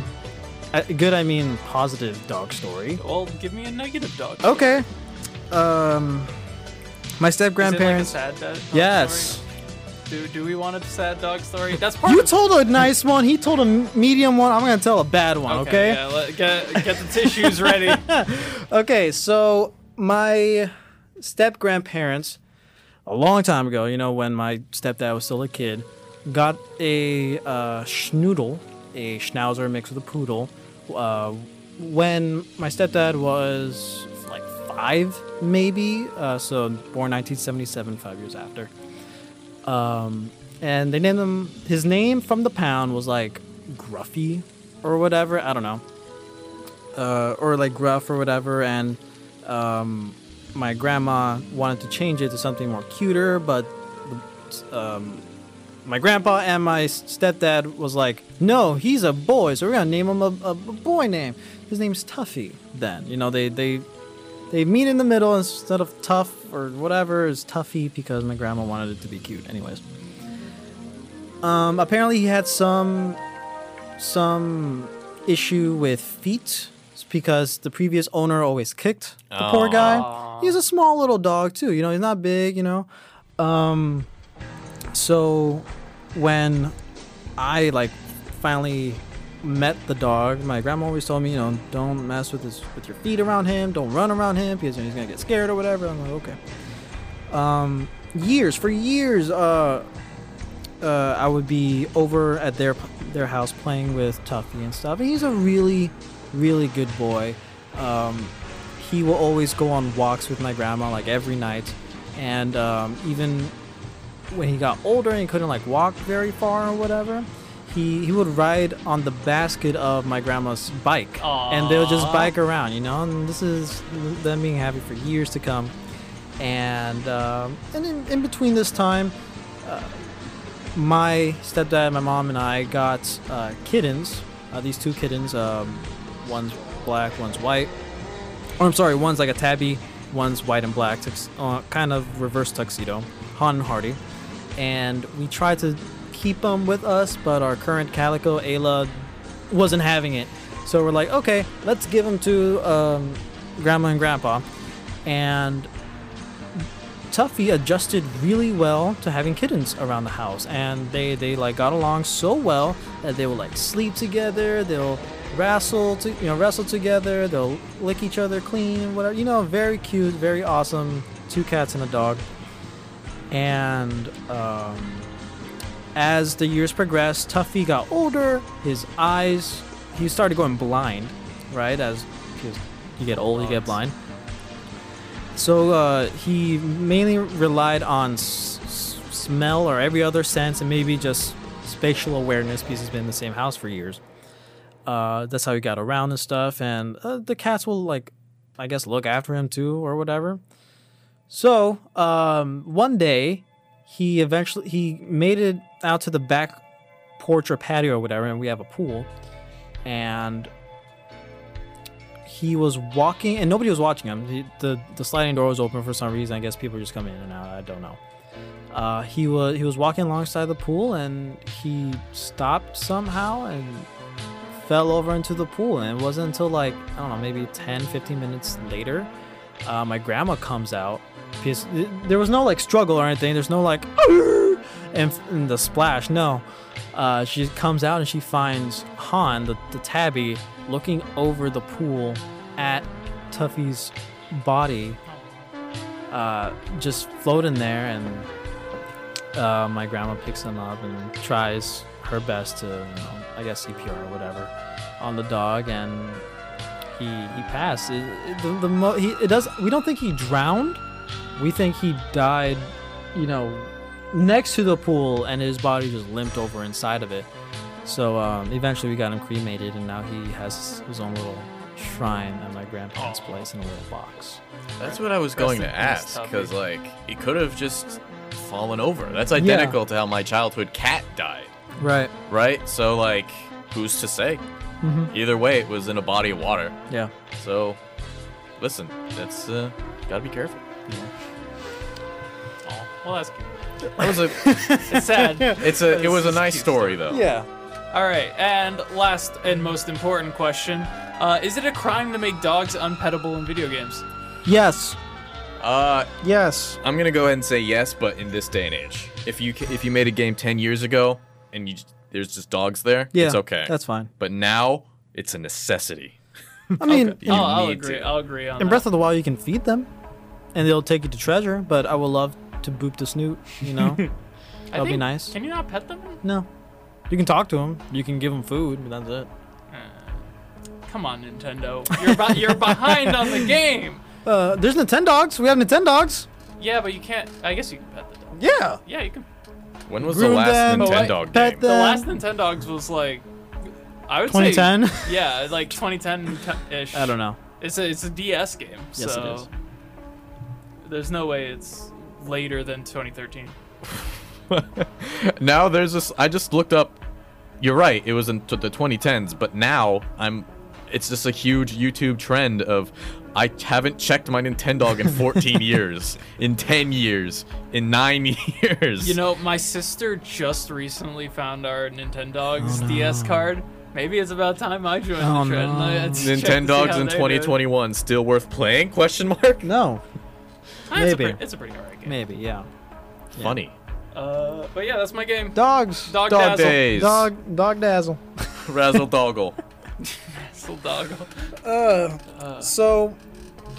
S2: uh, good. I mean, positive dog story.
S1: Well, give me a negative dog.
S2: Okay. Um, my step
S1: Is it like a
S2: grandparents.
S1: sad dog? dog
S2: yes.
S1: story? Do, do we want a sad dog story? That's part
S2: You
S1: of
S2: told a nice one. He told a medium one. I'm gonna tell a bad one. Okay.
S1: Yeah, let, get, get the tissues ready.
S2: Okay, so my step grandparents, a long time ago, you know, when my stepdad was still a kid, got a uh, schnoodle, a schnauzer mixed with a poodle, uh, when my stepdad was like five, maybe. Uh, so born 1977, five years after. Um, and they named him, his name from the pound was like Gruffy or whatever. I don't know uh, or like gruff or whatever, and um, my grandma wanted to change it to something more cuter, but um, my grandpa and my stepdad was like, "No, he's a boy, so we're gonna name him a, a, a boy name. His name's Tuffy." Then you know they they they meet in the middle instead of tough or whatever is Tuffy because my grandma wanted it to be cute, anyways. Um, apparently he had some some issue with feet It's because the previous owner always kicked the poor guy. He's a small little dog too, you know. He's not big, you know. Um, so when I like finally met the dog, my grandma always told me, you know, don't mess with his with your feet around him, don't run around him because he's gonna get scared or whatever. I'm like, okay. Um, years for years, uh, uh, I would be over at their their house playing with Tuffy and stuff. And he's a really, really good boy. Um, he will always go on walks with my grandma like every night, and um, even when he got older and he couldn't like walk very far or whatever. He, he would ride on the basket of my grandma's bike, and they would just
S1: Aw.
S2: bike around, you know. And this is them being happy for years to come. And um, and in, in between this time, my stepdad, my mom, and I got uh, kittens. Uh, these two kittens, um, one's black, one's white. Or I'm sorry, one's like a tabby, one's white and black, tux- uh, kind of reverse tuxedo, Han and Hardy. And we tried to keep them with us, but our current calico Ayla wasn't having it. So we're like, okay, let's give them to um, grandma and grandpa. And Tuffy adjusted really well to having kittens around the house, and they they like got along so well that they will like sleep together. They'll wrestle to you know wrestle together. They'll lick each other clean, whatever. You know, very cute, very awesome. Two cats and a dog. And um, as the years progressed, Tuffy got older. His eyes he started going blind, right? As 'cause you get old, you get blind. So uh, he mainly relied on s- s- smell or every other sense, and maybe just spatial awareness because he's been in the same house for years. Uh, that's how he got around and stuff, and uh, the cats will like, I guess, look after him too or whatever. So um, one day, he eventually he made it out to the back porch or patio or whatever, and we have a pool, and he was walking and nobody was watching him. He, the The sliding door was open for some reason. I guess people just come in and out. I don't know. Uh, he was he was walking alongside the pool and he stopped somehow and fell over into the pool. And it wasn't until like I don't know, maybe 10, 15 minutes later, uh, my grandma comes out because th- there was no like struggle or anything. There's no like and, and the splash. No, uh, she comes out and she finds Han, the, the tabby, looking over the pool at Tuffy's body, uh, just floating there, and uh, my grandma picks him up and tries her best to, you know, I guess CPR or whatever, on the dog, and he he passed. It, it- the, the mo- he, it does. We don't think he drowned. We think he died, you know, next to the pool, and his body just limped over inside of it. So um, eventually, we got him cremated, and now he has his own little shrine at my grandparents' place in a little box.
S3: That's what I was
S1: Rest
S3: going
S1: in
S3: to
S1: peace,
S3: ask
S1: Tuffy.
S3: because like it could have just fallen over. That's identical to how my childhood cat died,
S2: Right.
S3: right? So like, who's to say?
S2: hmm
S3: Either way, it was in a body of water.
S2: Yeah.
S3: So, listen, that's uh, gotta be careful.
S1: Oh, well, that's good.
S3: That was a,
S1: It's sad.
S3: it's a, it
S1: This
S3: was a
S1: is
S3: nice
S1: cute
S3: story though.
S2: Yeah.
S1: All right, and last and most important question: uh, Is it a crime to make dogs unpetable in video games?
S2: Yes.
S3: Uh,
S2: Yes.
S3: I'm gonna go ahead and say yes, but in this day and age, if you ca- if you made a game 10 years ago and you j- there's just dogs there,
S2: Yeah.
S3: it's okay.
S2: That's fine.
S3: but now it's a necessity.
S2: I mean,
S3: You
S1: oh, I'll
S3: need
S1: agree.
S3: to.
S1: I'll agree on
S2: in
S1: that.
S2: Breath of the Wild, you can feed them, and they'll take you to treasure. But I would love to boop the snoot. You know,
S1: I
S2: that'll be
S1: think-
S2: nice.
S1: Can you not pet them?
S2: No. You can talk to him. You can give him food, but that's it.
S1: Come on, Nintendo. You're be- you're behind on the game.
S2: Uh, there's Nintendogs. We have Nintendogs.
S1: Yeah, but you can't. I guess you can pet the dog.
S2: Yeah.
S1: Yeah, you can.
S3: When was
S2: Groom
S3: the last
S2: them,
S3: Nintendo
S2: pet
S3: game?
S1: The
S2: Then-
S1: last Nintendogs was like, I would say,
S2: 2010.
S1: yeah, like 2010 ish.
S2: I don't know.
S1: It's a it's a DS game.
S2: Yes, it
S1: so
S2: is.
S1: There's no way it's later than 2013.
S3: now there's this. I just looked up. You're right. It was in t- the 2010s, but now I'm. It's just a huge YouTube trend of. I haven't checked my Nintendo in 14 years, in 10 years, in nine years.
S1: You know, my sister just recently found our Nintendogs
S2: Oh,
S1: DS
S2: no.
S1: card. Maybe it's about time I joined
S2: Oh,
S1: the trend.
S2: no.
S1: Let's check to see
S3: Nintendogs
S1: how
S3: in
S1: they're
S3: 2021 still worth playing? Question mark.
S2: No.
S1: doing. It's a,
S2: Maybe.
S1: pre- it's a pretty alright game.
S2: Maybe, yeah.
S3: Funny.
S1: Uh, but yeah, that's my game.
S2: Dogs.
S1: Dog,
S3: Dog
S1: dazzle.
S3: days.
S2: Dog dog dazzle.
S3: Razzle doggle.
S1: Still doggle.
S2: Uh, so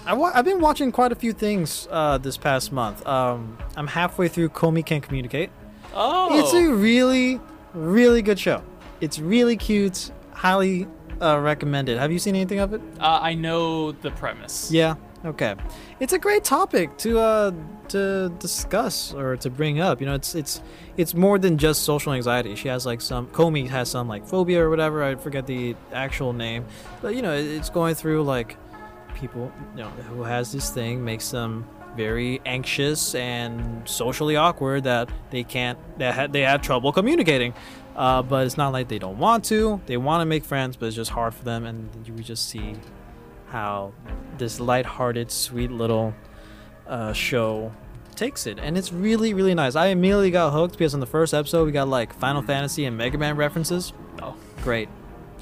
S2: I wa- I've been watching quite a few things uh, this past month. Um, I'm halfway through Comey Can Communicate.
S1: Oh.
S2: It's a really, really good show. It's really cute. Highly uh, recommended. Have you seen anything of it?
S1: uh, I know the premise.
S2: Yeah. Okay. It's a great topic to uh to discuss or to bring up. You know, it's it's it's more than just social anxiety. She has like some Comey has some like phobia or whatever. I forget the actual name, but you know, it- it's going through like people you know who has this thing makes them very anxious and socially awkward that they can't that ha- they have trouble communicating uh, but it's not like they don't want to they want to make friends but it's just hard for them and you would just see how this lighthearted, sweet little uh, show takes it, and it's really, really nice. I immediately got hooked because in the first episode we got like Final Fantasy and Mega Man references.
S1: Oh.
S2: Great,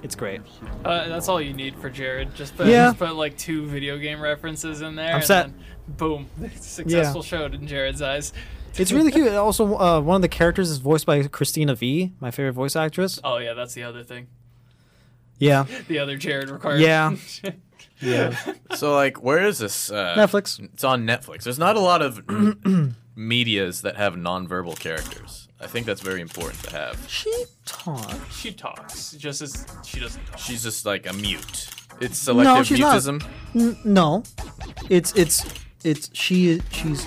S2: it's great.
S1: Uh, that's all you need for Jared. Just put,
S2: Yeah.
S1: just put like two video game references in there.
S2: I'm
S1: and
S2: set.
S1: Then, boom. Successful show in Jared's eyes.
S2: It's really cute. And Also, uh, one of the characters is voiced by Christina V, my favorite voice actress.
S1: Oh, yeah, that's the other thing.
S2: Yeah,
S1: The other Jared required.
S2: Yeah. yeah.
S3: So like, where is this? Uh,
S2: Netflix.
S3: It's on Netflix. There's not a lot of medias that have nonverbal characters. I think that's very important to have.
S2: She taught.
S1: she talks, just as she doesn't talk.
S3: She's just like a mute. It's selective
S2: she's not.
S3: mutism.
S2: N- no, it's it's it's she she's.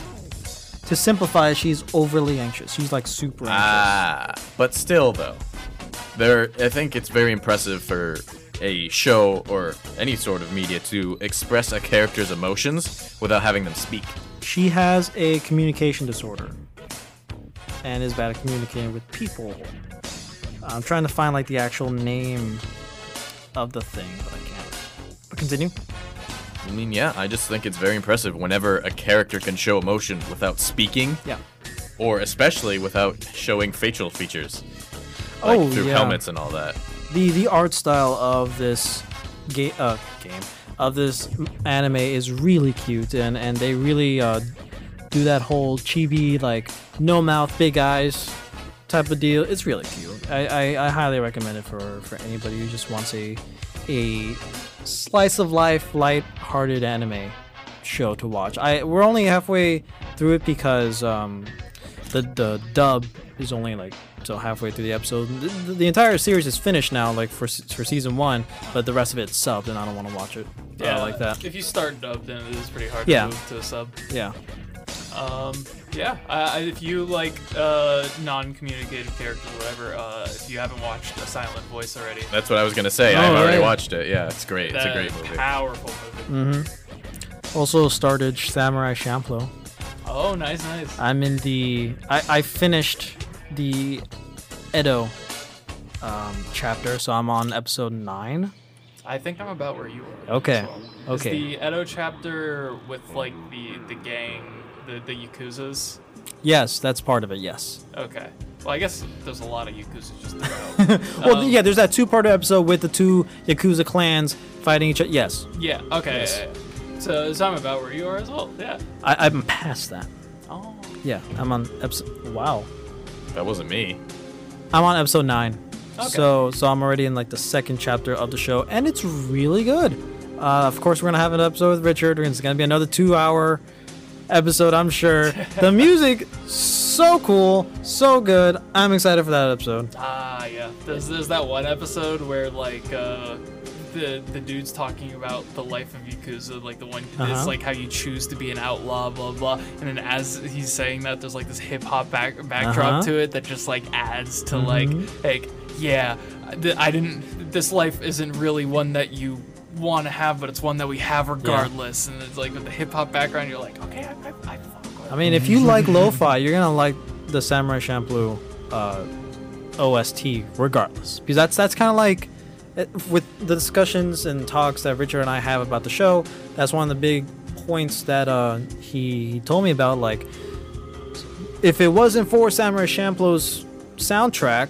S2: To simplify, she's overly anxious. She's like super anxious.
S3: Ah, but still though, there. I think it's very impressive for a show or any sort of media to express a character's emotions without having them speak.
S2: She has a communication disorder and is bad at communicating with people. I'm trying to find like the actual name of the thing, but I can't. But continue.
S3: I mean, yeah, I just think it's very impressive whenever a character can show emotion without speaking.
S2: Yeah.
S3: or especially without showing facial features, like
S2: Oh,
S3: through
S2: yeah.
S3: helmets and all that.
S2: The the art style of this game uh, game of this anime is really cute and and they really uh, do that whole chibi like no mouth, big eyes type of deal. It's really cute. I, I, I highly recommend it for, for anybody who just wants a a slice of life, light-hearted anime show to watch. I we're only halfway through it because um, the the dub is only like so halfway through the episode. The, the, the entire series is finished now, like for se- for season one, but the rest of it's subbed, and I don't want to watch it uh, like that.
S1: If you start dub, then it is pretty hard
S2: Yeah.
S1: to move to a sub.
S2: Yeah.
S1: Um, yeah, I I- if you like uh, non-communicative characters, whatever, uh, if you haven't watched A Silent Voice already,
S3: That's what I was gonna say. I've
S2: Oh,
S3: already
S2: right.
S3: watched it. Yeah, it's great. It's a
S1: that
S3: great movie.
S1: powerful movie.
S2: Mm. Also started Samurai Champloo.
S1: Oh, nice, nice.
S2: I'm in the. I, I finished the Edo um, chapter, so I'm on episode nine.
S1: I think I'm about where you are.
S2: Okay,
S1: as well. Is
S2: okay.
S1: the Edo chapter with like the the gang, the the yakuza's.
S2: Yes, that's part of it. Yes.
S1: Okay. Well, I guess there's a lot of yakuza just throughout.
S2: Well,
S1: Um,
S2: yeah. There's that two-part episode with the two yakuza clans fighting each other. Yes,
S1: yeah. Okay.
S2: Yes.
S1: So, so I'm about where you are as well. Yeah.
S2: I, I'm past that.
S1: Oh.
S2: Yeah, I'm on episode. Wow.
S3: That wasn't me.
S2: I'm on episode nine.
S1: Okay.
S2: So so I'm already in like the second chapter of the show, and it's really good. Uh, of course, we're gonna have an episode with Richard. and It's gonna be another two-hour episode, I'm sure. the music, so cool, so good. I'm excited for that episode.
S1: Ah, yeah. There's there's that one episode where like uh, the the dude's talking about the life of yakuza, like the one
S2: Uh-huh.
S1: it's like how you choose to be an outlaw, blah blah. And then as he's saying that, there's like this hip hop back backdrop
S2: Uh-huh. Mm-hmm.
S1: to it that just like adds to like like yeah, th- I didn't. This life isn't really one that you want to have, but it's one that we have regardless. And it's like with the hip hop background, you're like, okay, I, I, I fuck with
S2: I mean, if you like lo-fi, you're gonna like the Samurai Champloo uh, OST regardless, because that's that's kind of like eh, with the discussions and talks that Richard and I have about the show. That's one of the big points that uh, he, he told me about. Like, if it wasn't for Samurai Champloo's soundtrack,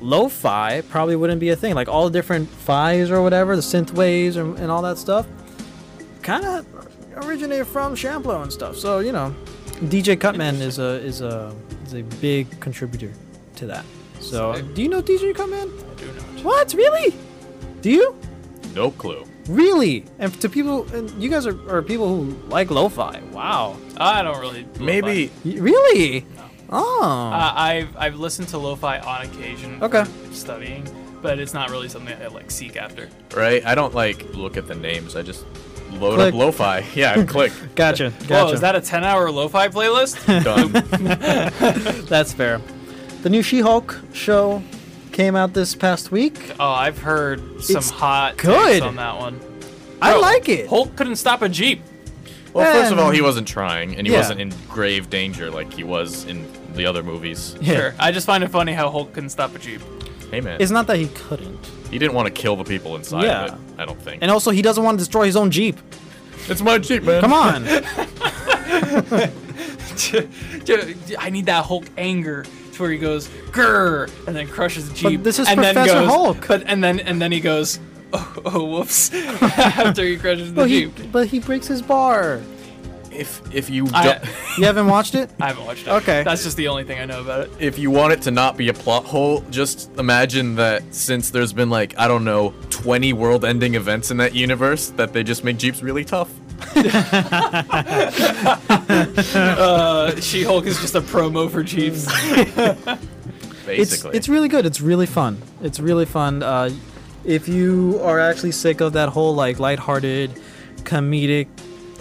S2: lo-fi probably wouldn't be a thing. Like all the different fi's or whatever, the synth waves and, and all that stuff, kind of originated from Champloo and stuff. So you know, DJ Cutman is a is a is a big contributor to that. So
S1: Sick.
S2: do you know DJ Cutman?
S1: I do not.
S2: What really? Do you
S3: No clue.
S2: really? And to people, and you guys are, are people who like lo-fi. Wow,
S1: I don't really.
S3: Maybe
S2: Y- really? Oh,
S1: Uh, I've I've listened to lo-fi on occasion. for
S2: Okay.
S1: Studying, but it's not really something I like seek after.
S3: right. I don't like look at the names. I just load
S2: Click.
S3: up lo-fi. Yeah, and click.
S2: gotcha,
S1: Whoa,
S2: gotcha.
S1: is that a ten-hour lo-fi playlist?
S3: Done.
S2: That's fair. The new She-Hulk show came out this past week.
S1: oh, I've heard some
S2: It's
S1: hot
S2: good.
S1: takes on that one.
S2: I
S1: Bro,
S2: like it.
S1: Hulk couldn't stop a jeep.
S3: Well, first of all,
S2: And-
S3: he wasn't trying, and he
S2: Yeah.
S3: wasn't in grave danger like he was in the other movies.
S2: Yeah.
S1: Sure. I just find it funny how Hulk couldn't stop a jeep.
S3: Hey man,
S2: It's not that he couldn't,
S3: he didn't want to kill the people inside
S2: Yeah.
S3: of it. I don't think.
S2: and also he doesn't want to destroy his own Jeep.
S3: it's my jeep, man.
S2: Come on.
S1: I need that Hulk anger to where he goes grr and then crushes the jeep.
S2: this is
S1: and
S2: Professor
S1: then goes,
S2: Hulk.
S1: But and then and then he goes. Oh, oh whoops! After he crushes the
S2: but he,
S1: jeep,
S2: but he breaks his bar.
S3: If if you
S1: I-
S3: don't-
S2: You haven't watched it?
S1: I haven't watched it.
S2: Okay.
S1: that's just the only thing I know about it.
S3: if you want it to not be a plot hole, just imagine that since there's been like I don't know 20 world-ending events in that universe, that they just make jeeps really tough.
S1: uh, She Hulk is just a promo for Jeeps.
S2: It's
S3: Basically,
S2: it's really good. It's really fun. It's really fun. Uh, if you are actually sick of that whole like lighthearted, comedic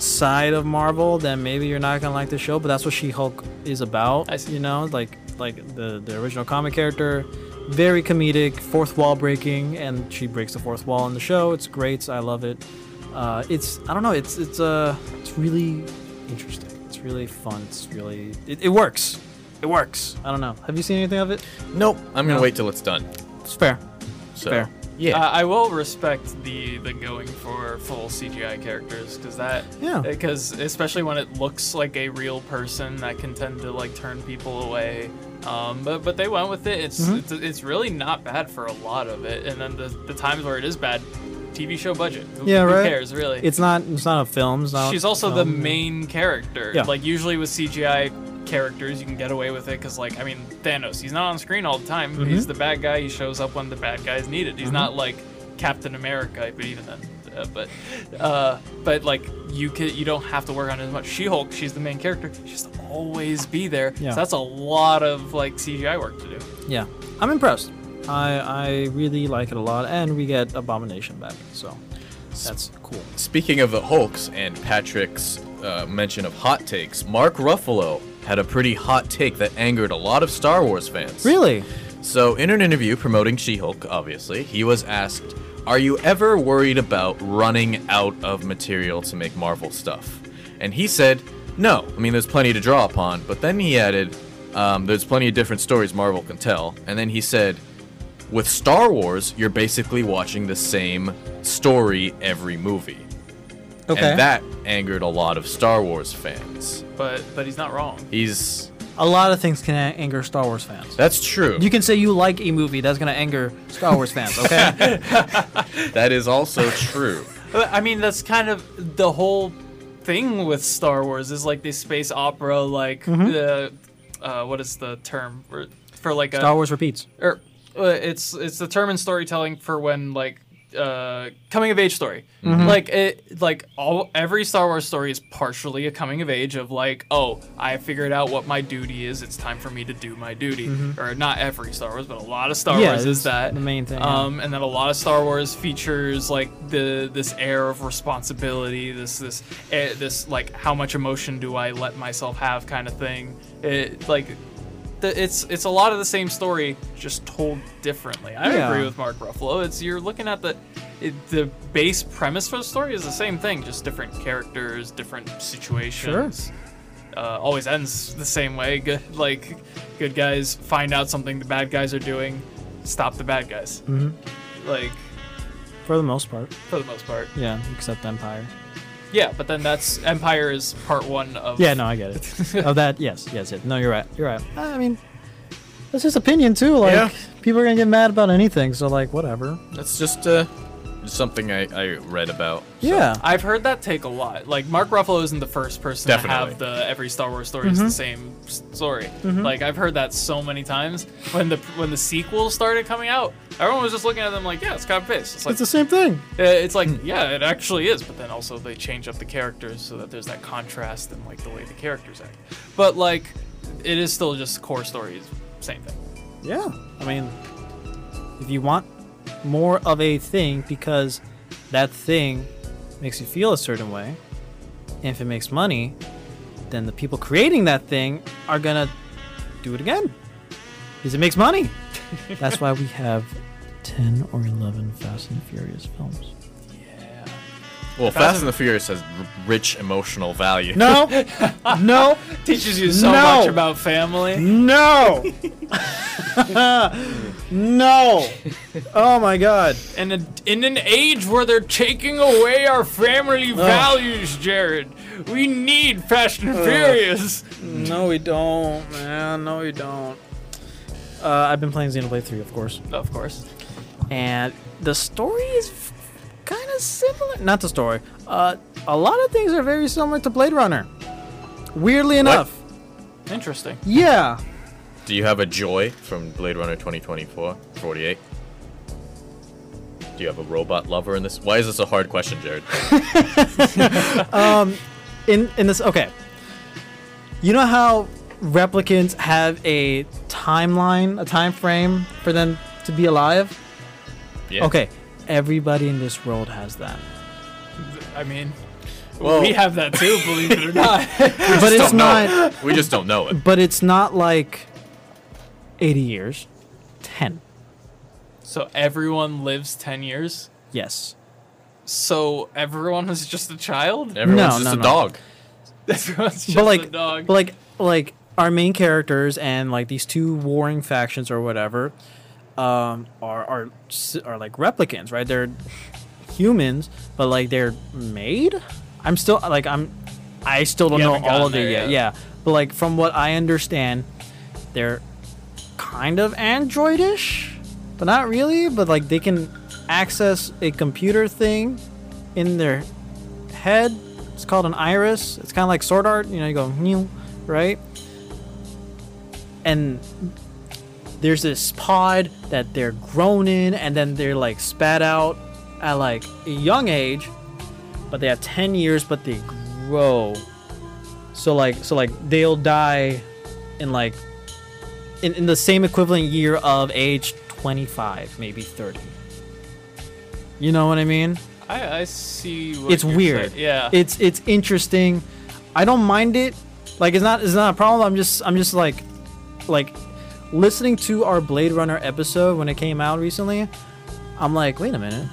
S2: side of Marvel, then maybe you're not gonna like the show. But that's what She-Hulk is about.
S1: I see.
S2: You know, like like the the original comic character, very comedic, fourth wall breaking, and she breaks the fourth wall in the show. It's great. I love it. Uh, it's I don't know. It's it's uh it's really interesting. It's really fun. It's really it, it works. It works. I don't know. Have you seen anything of it?
S3: nope. I'm gonna
S2: No.
S3: wait till it's done.
S2: It's fair.
S3: So
S2: Fair.
S3: yeah,
S1: Uh, I will respect the the going for full CGI characters because that
S2: Yeah.
S1: because especially when it looks like a real person that can tend to like turn people away. Um, but but they went with it. It's
S2: Mm-hmm.
S1: it's, it's really not bad for a lot of it. And then the, the times where it is bad, TV show budget. Who,
S2: Yeah,
S1: who
S2: right.
S1: cares really?
S2: It's not. It's not a film. It's not
S1: She's also the
S2: um,
S1: main character.
S2: Yeah.
S1: Like usually with CGI characters, you can get away with it because, like, I mean, Thanos, he's not on screen all the time.
S2: Mm-hmm.
S1: He's the bad guy. He shows up when the bad guy's needed. He's not like Captain America, but even then. Uh, but, uh, but like you can, you don't have to work on it as much. She-Hulk, she's the main character. She's just always be there.
S2: Yeah.
S1: So that's a lot of like CGI work to do.
S2: Yeah, I'm impressed. I I really like it a lot, and we get Abomination back, so that's cool.
S3: Speaking of the Hulks and Patrick's uh, mention of hot takes, Mark Ruffalo had a pretty hot take that angered a lot of Star Wars fans.
S2: Really?
S3: So, in an interview promoting She Hulk, obviously, he was asked, Are you ever worried about running out of material to make Marvel stuff? And he said, No. I mean, there's plenty to draw upon. But then he added, um, There's plenty of different stories Marvel can tell. And then he said, With Star Wars, you're basically watching the same story every movie. And that angered a lot of Star Wars fans.
S1: But but he's not wrong.
S3: He's.
S2: a lot of things can a- anger Star Wars fans.
S3: That's true.
S2: You can say you like a movie, that's gonna anger Star Wars fans. Okay.
S3: that is also true.
S1: But, I mean, that's kind of the whole thing with Star Wars is like the space opera, like the uh, what is the term for, for like a
S2: Star Wars repeats.
S1: or uh, it's it's the term in storytelling for when like uh, coming of age story.
S2: Mm-hmm.
S1: Like it like all every Star Wars story is partially a coming of age of like, oh, I figured out what my duty is, it's time for me to do my duty. Or not every Star Wars, but a lot of Star
S2: Mm-hmm. Yeah,
S1: Wars
S2: it's
S1: is that
S2: the main thing, yeah.
S1: Um and then a lot of Star Wars features like the this air of responsibility, this this eh, this like how much emotion do I let myself have kind of thing. It like the, it's it's a lot of the same story just told differently. I
S2: Yeah.
S1: agree with Mark Ruffalo. It's you're looking at the it, the base premise for the story is the same thing, just different characters, different situations. Uh, always ends the same way. Good, like good guys find out something the bad guys are doing, stop the bad guys.
S2: Mm-hmm.
S1: Like
S2: For the most part.
S1: for the most part,
S2: Yeah, except Empire.
S1: yeah. But then that's Empire is part one of
S2: Yeah, no, I get it. of that, yes, yes, yes. No, you're right. You're right. I mean, that's just opinion too. Like,
S3: Yeah.
S2: people are gonna get mad about anything, so like, whatever.
S3: That's just uh, something I, I read about. so.
S2: yeah.
S1: I've heard that take a lot. Like Mark Ruffalo isn't the first person
S3: Definitely.
S1: to have the every Star Wars story
S2: Mm-hmm.
S1: is the same s- story. Like I've heard that so many times. When the when the sequels started coming out, everyone was just looking at them like, yeah, it's copy paste. It's like
S2: it's the same thing.
S1: uh, it's like yeah, it actually is. But then also they change up the characters so that there's that contrast and like the way the characters act. But like it is still just core stories, same thing.
S2: Yeah. I mean, if you want more of a thing because that thing makes you feel a certain way, and if it makes money, then the people creating that thing are going to do it again because it makes money. That's why we have 10 or 11 Fast and Furious films.
S1: Yeah.
S3: Well, Fast and the Furious has r- rich emotional value.
S2: No, no,
S1: Teaches you so
S2: No.
S1: much about family.
S2: no, no. Oh my god.
S1: And a, in an age where they're taking away our family values, Jared, we need Fast and Furious.
S2: No, we don't, man. No, we don't. Uh, I've been playing Xenoblade 3, of course.
S1: Of course.
S2: And the story is kind of similar. Not the story. Uh, a lot of things are very similar to Blade Runner. Weirdly enough.
S1: Interesting.
S2: Yeah.
S3: Do you have a joy from Blade Runner 2024 48? Do you have a robot lover in this? Why is this a hard question, Jared?
S2: In, in this, okay. You know how replicants have a timeline, a time frame for them to be alive?
S3: Yeah.
S2: Okay. Everybody in this world has that.
S1: I mean,
S3: Well,
S1: we have that too, believe it or not.
S2: But it's
S3: don't know.
S2: not.
S3: we just don't know it.
S2: but it's not like 80 years 10
S1: so everyone lives 10 years.
S2: yes
S1: So everyone is just a child?
S3: Everyone's
S2: No,
S3: just
S2: no,
S3: a
S2: no.
S3: dog.
S1: Everyone's just
S2: but
S1: a
S2: like
S1: dog.
S2: like like our main characters and like these two warring factions or whatever um are are s- are like replicants right they're humans but like they're made i'm still like i'm i still don't
S1: You
S2: know
S1: haven't
S2: all
S1: gotten
S2: of it
S1: there
S2: yet
S1: yet.
S2: yeah but like from what i understand they're kind of androidish but not really but like they can access a computer thing in their head. It's called an iris. It's kind of like sword art. You know, you go new, right? and there's this pod that they're grown in and then they're like spat out at like a young age but they have 10 years but they grow so like so like they'll die in like in, in the same equivalent year of age 25 maybe 30 you know what i mean
S1: I, I see. What
S2: it's
S1: you're
S2: weird.
S1: saying. Yeah.
S2: It's it's interesting. I don't mind it. Like it's not it's not a problem. I'm just I'm just like like listening to our Blade Runner episode when it came out recently. I'm like, wait a minute.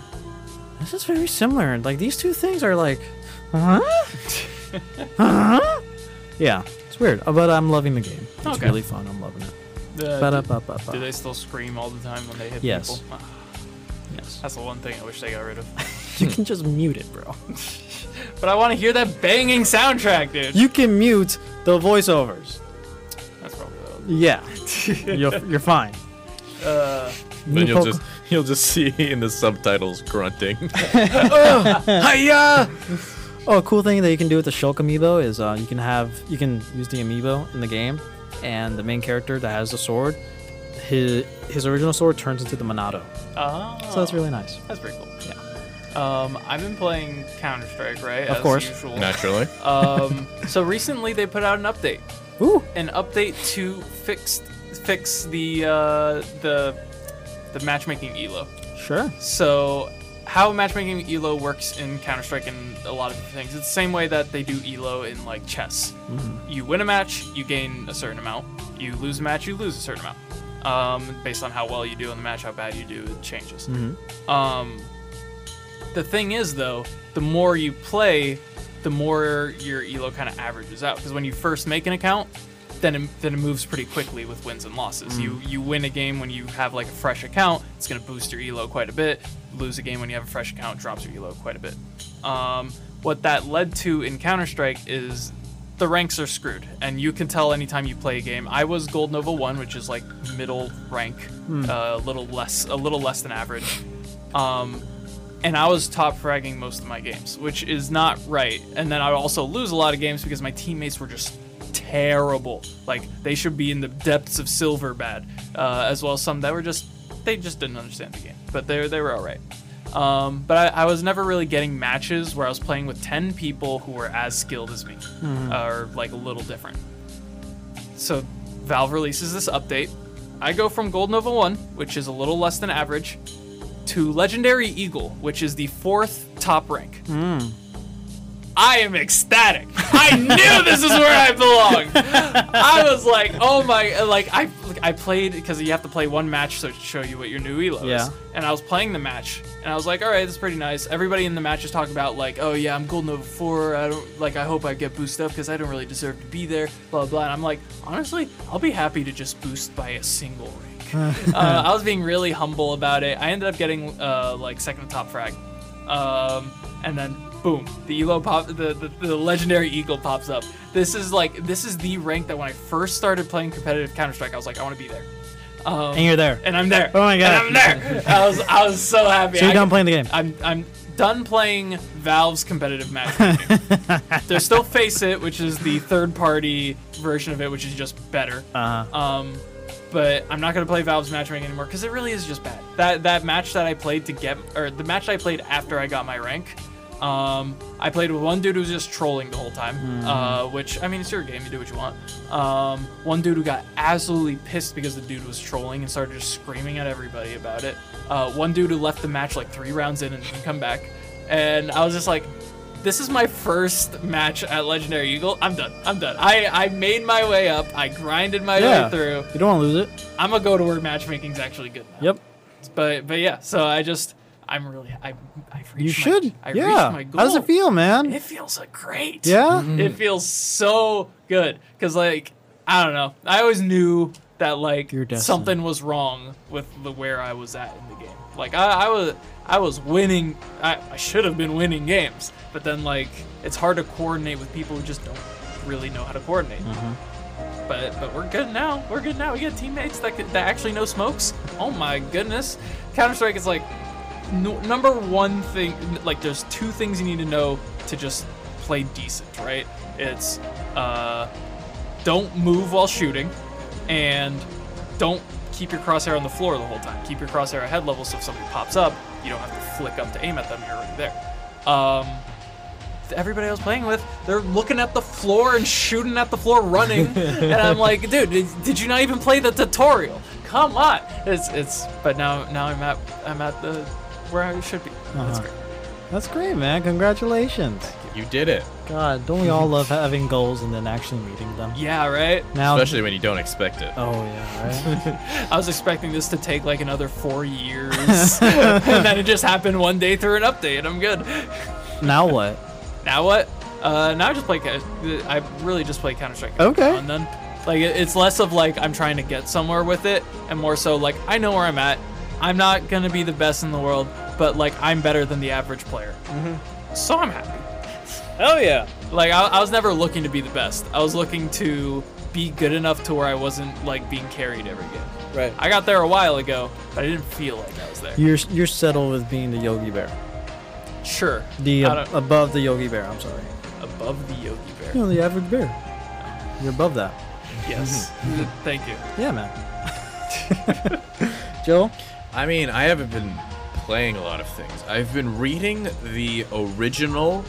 S2: This is very similar. Like these two things are like, huh? huh? Yeah, it's weird. Uh, But I'm loving the game. It's
S1: Okay.
S2: really fun. I'm loving it.
S1: Uh,
S2: Ba-da-ba-ba-ba.
S1: do they still scream all the time when they hit
S2: Yes.
S1: people? Ah,
S2: Yes.
S1: That's the one thing I wish they got rid of.
S2: You can just mute it, bro.
S1: But I want to hear that banging soundtrack, dude.
S2: You can mute the voiceovers.
S1: That's probably what
S2: Yeah, you're, you're fine.
S1: I'll- uh,
S3: Then
S2: New
S3: you'll
S2: Poke-
S3: just you'll just see in the subtitles grunting.
S2: Hiya! Oh, a cool thing that you can do with the Shulk amiibo is uh, you can have you can use the amiibo in the game, and the main character that has the sword, his his original sword turns into the Monado.
S1: oh,
S2: So that's really nice.
S1: That's pretty cool. Um, I've been playing Counter Strike, right?
S2: Of
S1: as
S2: course.
S1: Usual.
S3: Naturally.
S1: um, so recently they put out an update,
S2: Ooh,
S1: an update to fix fix the uh, the the matchmaking elo.
S2: sure.
S1: So, how matchmaking elo works in Counter Strike and a lot of things, it's the same way that they do elo in like chess.
S2: Mm-hmm.
S1: You win a match, you gain a certain amount. You lose a match, you lose a certain amount. Um, based on how well you do in the match, how bad you do, it changes.
S2: Mm-hmm.
S1: Um, the thing is, though, the more you play, the more your elo kind of averages out. Because when you first make an account, then it, then it moves pretty quickly with wins and losses. You you win a game when you have like a fresh account, it's gonna boost your elo quite a bit. Lose a game when you have a fresh account, drops your elo quite a bit. Um, what that led to in Counter Strike is the ranks are screwed, and you can tell anytime you play a game. I was Gold Nova One, which is like middle rank, uh, a little less a little less than average. Um, and I was top fragging most of my games, which is not right. And then I would also lose a lot of games because my teammates were just terrible. Like they should be in the depths of silver bad, uh, as well as some that were just they just didn't understand the game, but they they were all right. Um, but I, I was never really getting matches where I was playing with ten people who were as skilled as me, or like a little different. So Valve releases this update. I go from Gold Nova 1, which is a little less than average, to Legendary Eagle, which is the fourth top rank. I am ecstatic. I knew this is where I belong. I was like, oh my, like I, like, I played because you have to play one match so to show you what your new elo
S2: Yeah.
S1: is. And I was playing the match, and I was like, all right, this is pretty nice. Everybody in the match is talking about like, oh yeah, I'm Gold Nova four. I don't like, I hope I get boosted up because I don't really deserve to be there. Blah blah. And I'm like, honestly, I'll be happy to just boost by a single rank uh, I was being really humble about it. I ended up getting uh, like second to top frag, um, and then boom, the elo pop, the, the the legendary eagle pops up. This is like this is the rank that when I first started playing competitive Counter Strike, I was like, I want to be there, um,
S2: And you're there.
S1: and I'm there.
S2: Oh my God.
S1: and I'm there. I was I was so happy.
S2: so
S1: I
S2: you're done
S1: could-
S2: playing the game.
S1: I'm I'm done playing Valve's competitive matchmaking. There's still Face It, which is the third party version of it, which is just better.
S2: Uh,
S1: Um, but I'm not gonna play Valve's matchmaking anymore because it really is just bad. That that match that I played to get, or the match I played after I got my rank, um, I played with one dude who was just trolling the whole time. Uh, which I mean, it's your game, you do what you want. Um, one dude who got absolutely pissed because the dude was trolling and started just screaming at everybody about it. Uh, one dude who left the match like three rounds in and didn't come back, and I was just like, this is my first match at Legendary Eagle. I'm done. I'm done. I, I made my way up. I grinded my
S2: yeah.
S1: way through.
S2: You don't want to lose it.
S1: I'm gonna go to where matchmaking's actually good. Now.
S2: Yep.
S1: But but yeah. So I just I'm really I I've reached
S2: You
S1: my,
S2: should.
S1: I
S2: yeah.
S1: reached my goal.
S2: How does it feel, man?
S1: It feels like great.
S2: yeah.
S1: It feels so good because like I don't know. I always knew that like
S2: Your destiny.
S1: something was wrong with the where I was at in the game. Like I, I was I was winning. I, I should have been winning games, but then like it's hard to coordinate with people who just don't really know how to coordinate.
S2: Mm-hmm.
S1: But but we're good now. We're good now. We got teammates that could, that actually know smokes. Oh my goodness, Counter Strike is like no, number one thing like there's two things you need to know to just play decent right it's uh don't move while shooting and don't keep your crosshair on the floor the whole time. Keep your crosshair at head level so if something pops up, you don't have to flick up to aim at them. You're already there. Um, everybody I was playing with, they're looking at the floor and shooting at the floor, running, and I'm like, dude, did, did you not even play the tutorial? Come on. It's it's. But now now I'm at I'm at the where I should be. That's
S2: Uh-huh.
S1: great.
S2: That's great, man. Congratulations.
S3: You did it.
S2: God, don't we all love having goals and then actually meeting them?
S1: Yeah, right.
S2: Now,
S3: Especially when you don't expect it.
S2: oh yeah, right?
S1: I was expecting this to take like another four years, and then it just happened one day through an update. I'm good.
S2: now what?
S1: Now what? Uh, now I just play. Ca- I really just play Counter Strike.
S2: Okay.
S1: And then, like, it- it's less of like I'm trying to get somewhere with it, and more so like I know where I'm at. I'm not gonna be the best in the world, but like I'm better than the average player, so I'm happy.
S2: Mm-hmm. Hell yeah.
S1: Like I, I was never looking to be the best. I was looking to be good enough to where I wasn't like being carried every game.
S2: Right.
S1: I got there a while ago, but I didn't feel like I was there.
S2: You're you're settled with being the Yogi Bear.
S1: Sure.
S2: The uh,
S1: I
S2: ab-
S1: don't-
S2: above the Yogi Bear. I'm sorry.
S1: above the Yogi Bear.
S2: You know, the average bear. You're above that.
S1: Yes.
S2: Mm-hmm.
S1: Thank you.
S2: Yeah, man. Joe.
S3: I mean, I haven't been playing a lot of things. I've been reading the original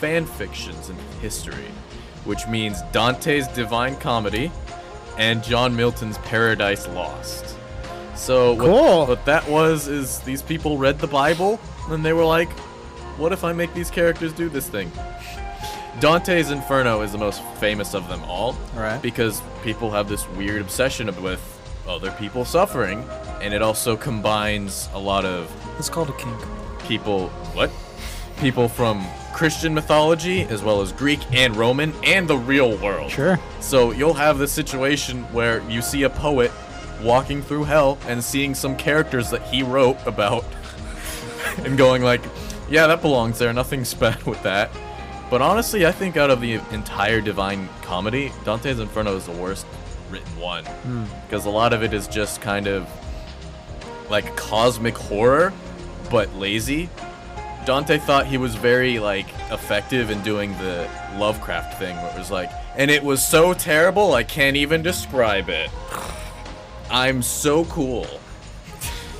S3: fan fictions in history, which means Dante's Divine Comedy and John Milton's Paradise Lost. So what,
S2: Cool.
S3: what that was is these people read the Bible and they were like, "What if I make these characters do this thing?" Dante's Inferno is the most famous of them all.
S2: Right.
S3: Because people have this weird obsession with other people suffering, and it also combines a lot of
S2: It's called a kink.
S3: people what? People from Christian mythology as well as Greek and Roman and the real world.
S2: Sure.
S3: So you'll have this situation where you see a poet walking through hell and seeing some characters that he wrote about and going like, yeah, that belongs there. Nothing's bad with that. But honestly, I think out of the entire Divine Comedy, Dante's Inferno is the worst written one because a lot of it is just kind of like cosmic horror, but lazy. Dante thought he was very like effective in doing the Lovecraft thing, where it was like, and it was so terrible I can't even describe it. I'm so cool.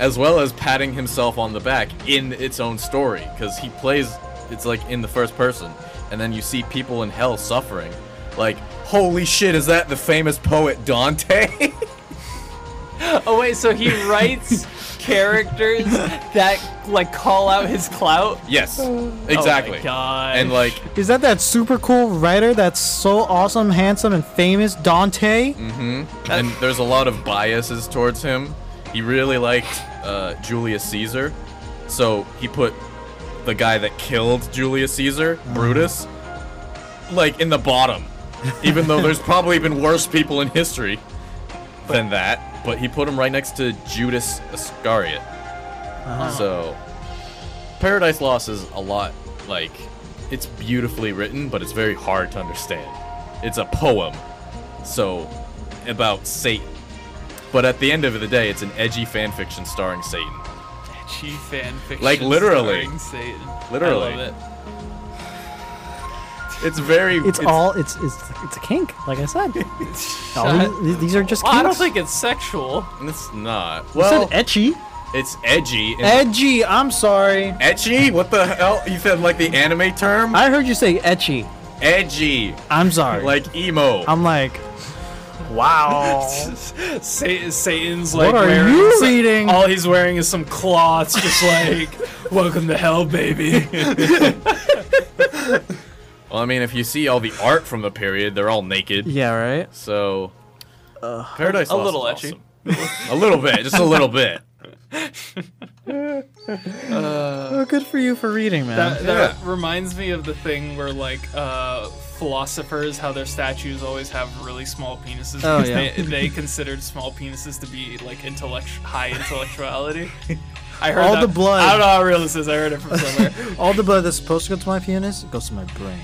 S3: As well as patting himself on the back in its own story, because he plays it's like in the first person, and then you see people in hell suffering. Like, holy shit, is that the famous poet Dante?
S1: Oh wait, so he writes characters that like call out his clout?
S3: yes, exactly.
S1: Oh my gosh.
S3: And like,
S2: Is that that super cool writer that's so awesome, handsome, and famous, Dante?
S1: Mm-hmm.
S3: and there's a lot of biases towards him. He really liked uh, Julius Caesar, so he put the guy that killed Julius Caesar, Brutus, like in the bottom, even though there's probably been worse people in history than that. But he put him right next to Judas Iscariot. So, Paradise Lost is a lot like it's beautifully written, but it's very hard to understand. It's a poem, so about Satan. But at the end of the day, it's an edgy fanfiction starring Satan.
S1: Edgy fan fiction.
S3: Like, literally.
S1: starring Satan. I
S3: Literally.
S1: love it.
S3: It's very.
S2: It's, all it's it's it's a kink, like I said. All these- these, these are just
S1: Well,
S2: kinks.
S1: I don't think it's sexual.
S3: It's not.
S2: you
S3: Well,
S2: said etchy.
S3: it's edgy. and-
S2: Edgy, I'm sorry.
S3: edgy? What the hell? You said like the anime term?
S2: I heard you say etchy.
S3: edgy,
S2: I'm sorry.
S3: like emo.
S2: I'm like, wow.
S1: Sa- Satan's like
S2: What are
S1: wearing
S2: you
S1: some-
S2: reading?
S1: All he's wearing is some cloths, just like welcome to hell, baby.
S3: well, I mean, if you see all the art from the period, they're all naked.
S2: yeah, right.
S3: So, Paradise
S1: a
S3: Lost
S1: little
S3: is
S1: edgy.
S3: awesome. a little bit, just a little bit.
S2: Oh, good for you for reading, man.
S1: That, that
S3: Yeah.
S1: reminds me of the thing where like uh, philosophers, how their statues always have really small penises
S2: Oh,
S1: because
S2: yeah.
S1: they, they considered small penises to be like intellect high intellectuality. I heard
S2: All
S1: that-
S2: the blood.
S1: I don't know how real this is. I heard it from somewhere.
S2: All the blood that's supposed to go to my penis goes to my brain.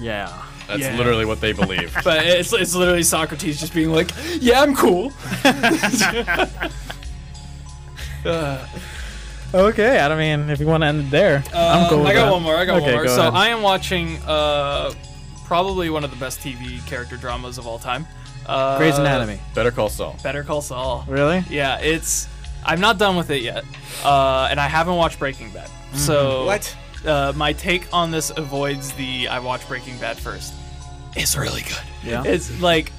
S2: yeah.
S3: That's
S1: Yeah.
S3: literally what they believe.
S1: but it's it's literally Socrates just being like, "Yeah, I'm cool." Uh,
S2: Okay, I mean, if you want to end it there, I'm
S1: um,
S2: cool. With
S1: I got
S2: that.
S1: one more. I got
S2: okay,
S1: one more.
S2: Go
S1: so
S2: ahead.
S1: I am watching uh, probably one of the best TV character dramas of all time. Uh,
S2: Grey's Anatomy.
S3: Better Call Saul.
S1: Better Call Saul.
S2: Really?
S1: Yeah, it's. I'm not done with it yet, uh, and I haven't watched Breaking Bad. So
S3: What?
S1: Uh, my take on this avoids the I watch Breaking Bad first. It's really good.
S2: Yeah.
S1: It's like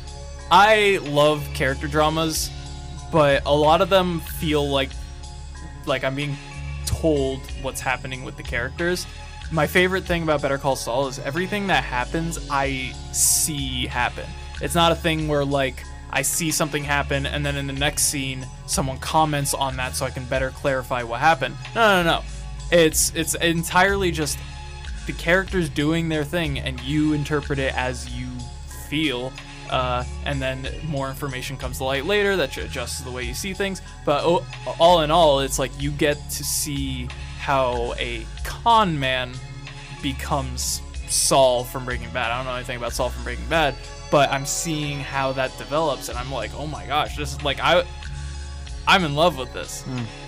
S1: I love character dramas, but a lot of them feel like like I'm being told what's happening with the characters. My favorite thing about Better Call Saul is everything that happens, I see happen. It's not a thing where like I see something happen and then in the next scene someone comments on that so I can better clarify what happened. No, no, no. It's it's entirely just the characters doing their thing and you interpret it as you feel uh, and then more information comes to light later that adjusts the way you see things but o- all in all it's like you get to see how a con man becomes Saul from Breaking Bad. I don't know anything about Saul from Breaking Bad, but I'm seeing how that develops, and I'm like, oh my gosh, this is like I, I'm in love with this.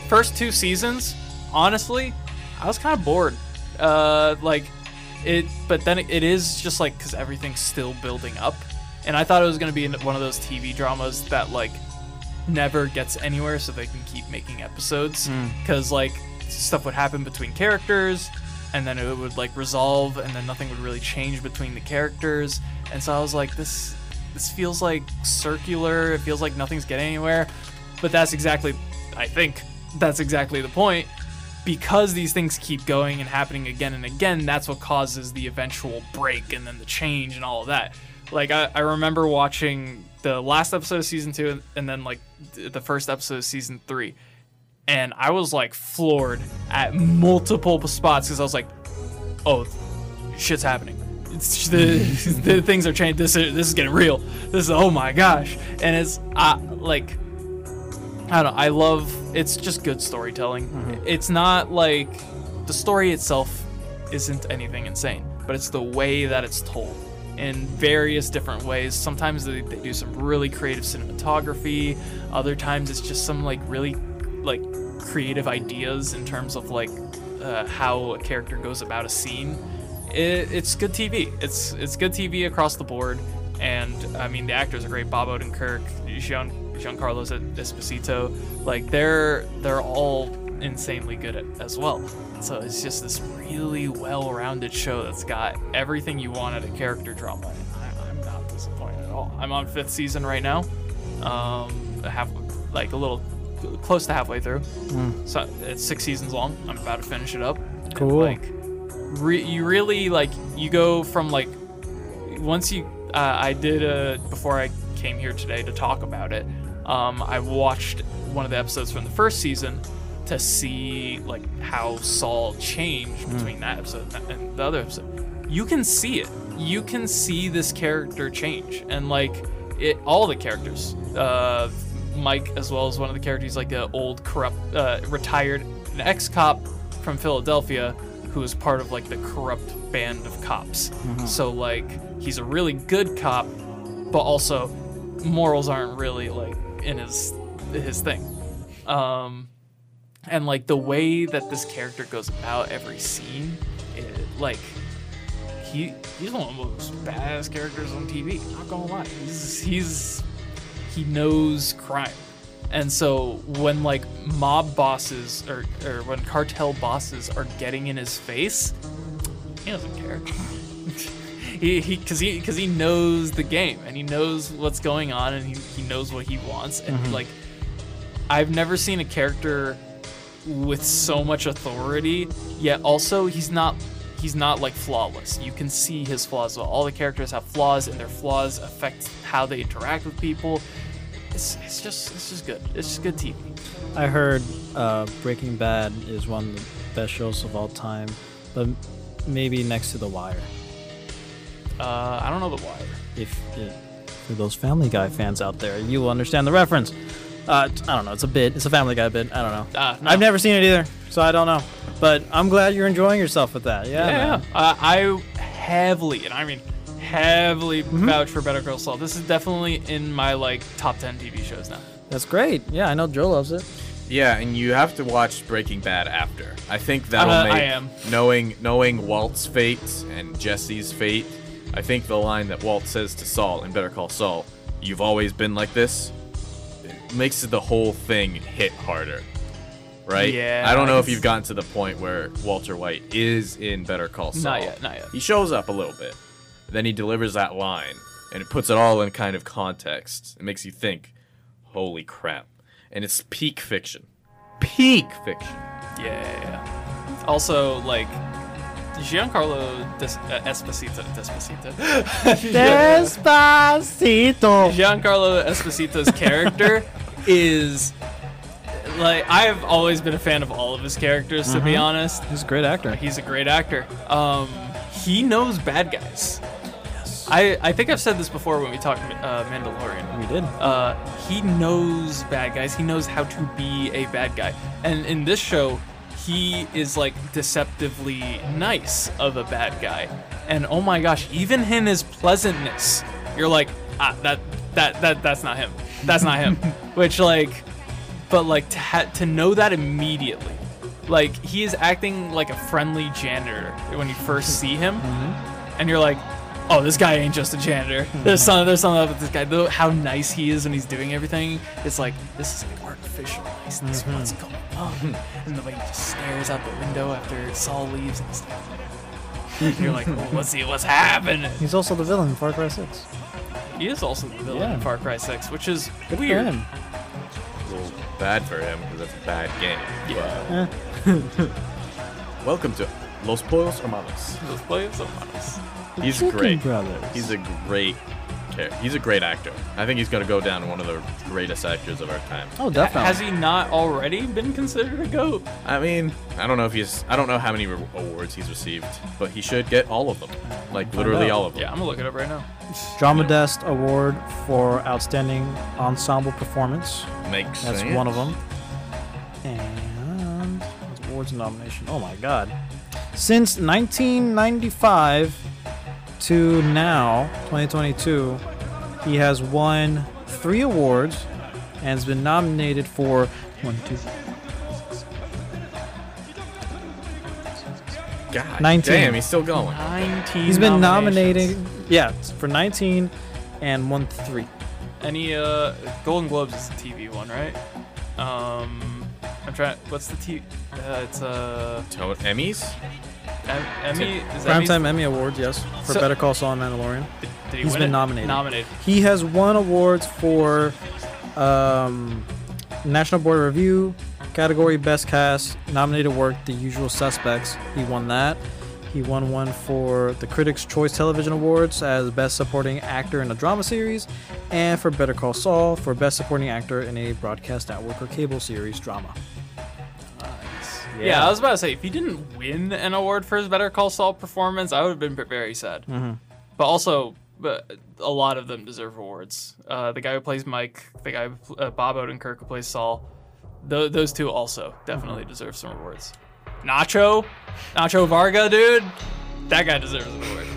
S1: First two seasons, honestly, I was kind of bored. Uh, like it, but then it, it is just like because everything's still building up, and I thought it was gonna be in one of those TV dramas that like never gets anywhere so they can keep making episodes because like stuff would happen between characters and then it would like resolve and then nothing would really change between the characters and so i was like this this feels like circular it feels like nothing's getting anywhere but that's exactly i think that's exactly the point because these things keep going and happening again and again, that's what causes the eventual break and then the change and all of that. Like I, I remember watching the last episode of season two and then like th- the first episode of season three, and I was like floored at multiple spots because I was like, oh, shit's happening. It's the, the things are changing. This is this is getting real. This is oh my gosh, and it's I like. I don't know. I love. It's just good storytelling. It's not like the story itself isn't anything insane, but it's the way that it's told in various different ways. Sometimes they, they do some really creative cinematography. Other times it's just some like really like creative ideas in terms of like uh, how a character goes about a scene. It, it's good TV. It's it's good TV across the board. And I mean, the actors are great. Bob Odenkirk, Jean Giancarlo Esposito, like they're they're all insanely good at, as well. So it's just this really well-rounded show that's got everything you want at a character drama. And I, I'm not disappointed at all. I'm on fifth season right now, um, half like a little close to halfway through. So it's six seasons long. I'm about to finish it up. And,
S2: Cool.
S1: like re- you really like you go from like once you uh, i did a before i came here today to talk about it um, i watched one of the episodes from the first season to see like how saul changed between that episode and- and the other episode you can see it you can see this character change and like it all the characters uh, mike as well as one of the characters like an old corrupt uh, retired an ex-cop from philadelphia who is part of like the corrupt band of cops. So like he's a really good cop, but also morals aren't really like in his his thing. Um, and like the way that this character goes about every scene, it, like he he's one of the most badass characters on TV. Not gonna lie, he's he's he knows crime. And so when like mob bosses or, or when cartel bosses are getting in his face, he doesn't care. he he because he because he knows the game and he knows what's going on and he, he knows what he wants and like I've never seen a character with so much authority yet also he's not he's not like flawless you can see his flaws well all the characters have flaws and their flaws affect how they interact with people it's, it's just it's just good it's just good tv
S2: I heard uh, Breaking Bad is one of the best shows of all time, but maybe next to The Wire.
S1: uh i don't know the why
S2: If, if for those Family Guy fans out there, you will understand the reference. Uh, t- I don't know. It's a bit. It's a Family Guy bit. I don't know.
S1: Ah, no.
S2: I've never seen it either, so I don't know. But I'm glad you're enjoying yourself with that. Yeah.
S1: yeah,
S2: man.
S1: Uh, i heavily and i mean heavily vouch for better girl Saul. this is definitely in my like top 10 tv shows now
S2: That's great. Yeah, I know Joe loves it.
S3: Yeah, and you have to watch Breaking Bad after. I think that'll
S1: Uh, I
S3: make
S1: am.
S3: knowing knowing Walt's fate and Jesse's fate. I think the line that Walt says to Saul in Better Call Saul you've always been like this, it makes the whole thing hit harder. Right?
S1: Yeah,
S3: I don't know if
S1: it's-
S3: you've gotten to the point where Walter White is in Better Call Saul.
S1: Not yet, not yet.
S3: He shows up a little bit. Then he delivers that line, and it puts it all in kind of context. It makes you think, holy crap. And it's peak fiction. Peak fiction.
S1: Yeah. Also, like Giancarlo Des- uh, Esposito. Despacito.
S2: Despacito.
S1: Giancarlo Esposito's character is like I've always been a fan of all of his characters. To be honest,
S2: He's a great actor.
S1: he's a great actor. Um, he knows bad guys. I, I think I've said this before when we talked uh, Mandalorian.
S2: We did.
S1: uh, he knows bad guys. He knows how to be a bad guy. And in this show, he is like deceptively nice of a bad guy. And oh my gosh, even in his pleasantness, you're like, ah, that that that that's not him. That's not him. Which like, but like to ha- to know that immediately. Like he is acting like a friendly janitor when you first see him and you're like, oh, this guy ain't just a janitor. There's something, there's something up with this guy. Though how nice he is when he's doing everything. It's like this is like artificial niceness. What's going
S2: Mm-hmm.
S1: on? And the way he just stares out the window after Saul leaves and stuff. And you're like, well, let's see what's happening.
S2: He's also the villain in Far Cry 6.
S1: He is also the villain
S2: Yeah.
S1: in Far Cry 6, which is
S2: Good for
S1: weird.
S2: him.
S3: A little bad for him because that's a bad game.
S1: Yeah.
S2: Eh.
S3: Welcome to Los Pollos Hermanos.
S1: Those players are honest.
S3: He's
S2: Chicken
S3: great.
S2: Brothers.
S3: He's a great character. He's a great actor. I think he's gonna go down one of the greatest actors of our time.
S2: Oh, definitely.
S1: Has he not already been considered a goat?
S3: I mean, I don't know if he's. I don't know how many re- awards he's received, but he should get all of them. Like literally
S2: out.
S3: all of them.
S1: Yeah, I'm gonna look it up right now.
S2: Drama Desk Award for Outstanding Ensemble Performance.
S3: Makes
S2: That's
S3: sense.
S2: one of them. And that's awards and nomination. Oh my god. Since 1995 to now, 2022, he has won three awards and has been nominated for one, two,
S3: God
S2: 19.
S3: damn, he's still going.
S1: 19.
S2: He's been
S1: nominations.
S2: nominated, yeah, for 19 and won three.
S1: Any uh, Golden Globes is the TV one, right? Um, I'm trying. What's the T? Uh, it's uh,
S3: To- Emmys?
S1: em- Emmy. Is Emmy's-
S2: Primetime Emmy Award, yes, for
S1: So-
S2: Better Call Saul and Mandalorian.
S1: Did, did he
S2: He's
S1: win
S2: been
S1: it?
S2: nominated.
S1: Nominated.
S2: He has won awards for um, National Board of Review category Best Cast, nominated work The Usual Suspects. He won that. He won one for the Critics' Choice Television Awards as Best Supporting Actor in a Drama Series, and for Better Call Saul for Best Supporting Actor in a Broadcast Network or Cable Series Drama.
S1: Yeah. I was about to say if he didn't win an award for his Better Call Saul performance, I would have been very sad.
S3: Mm-hmm.
S1: But also, but a lot of them deserve awards. Uh, the guy who plays Mike, the guy who pl- uh, Bob Odenkirk who plays Saul, th- those two also definitely
S3: Mm-hmm.
S1: deserve some awards. Nacho, Nacho Varga, dude, that guy deserves an award.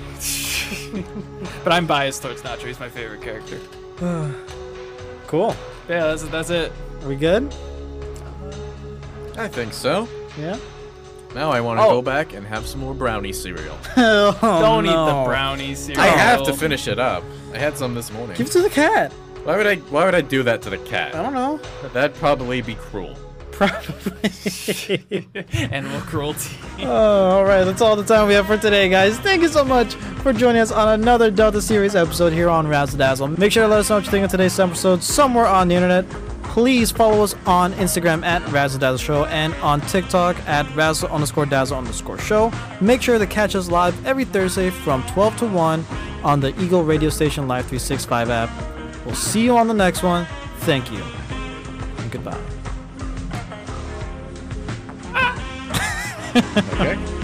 S1: but I'm biased towards Nacho. He's my favorite character.
S2: Cool.
S1: Yeah, that's that's it.
S2: Are we good?
S3: I think so.
S2: Yeah.
S3: Now I want to
S1: Oh.
S3: go back and have some more brownie cereal.
S1: Don't eat
S2: Oh, no.
S1: the brownie cereal.
S3: I have to finish it up. I had some this morning.
S2: Oh. Give it to the cat.
S3: Why would I? Why would I do that to the
S2: I
S3: cat?
S2: don't know.
S3: That'd probably be cruel.
S2: Probably.
S1: Animal cruelty.
S2: Oh, all right, that's all the time we have for today, guys. Thank you so much for joining us on another Delta Series episode here on Razzle Dazzle. Make sure to let us know what you think of today's episode somewhere on the internet. Please follow us on Instagram at Razzle Dazzle Show and on TikTok at Razzle underscore Dazzle underscore Show. Make sure to catch us live every Thursday from 12 to 1 on the Eagle Radio Station Live 365 app. We'll see you on the next one. Thank you. And goodbye.
S3: Okay.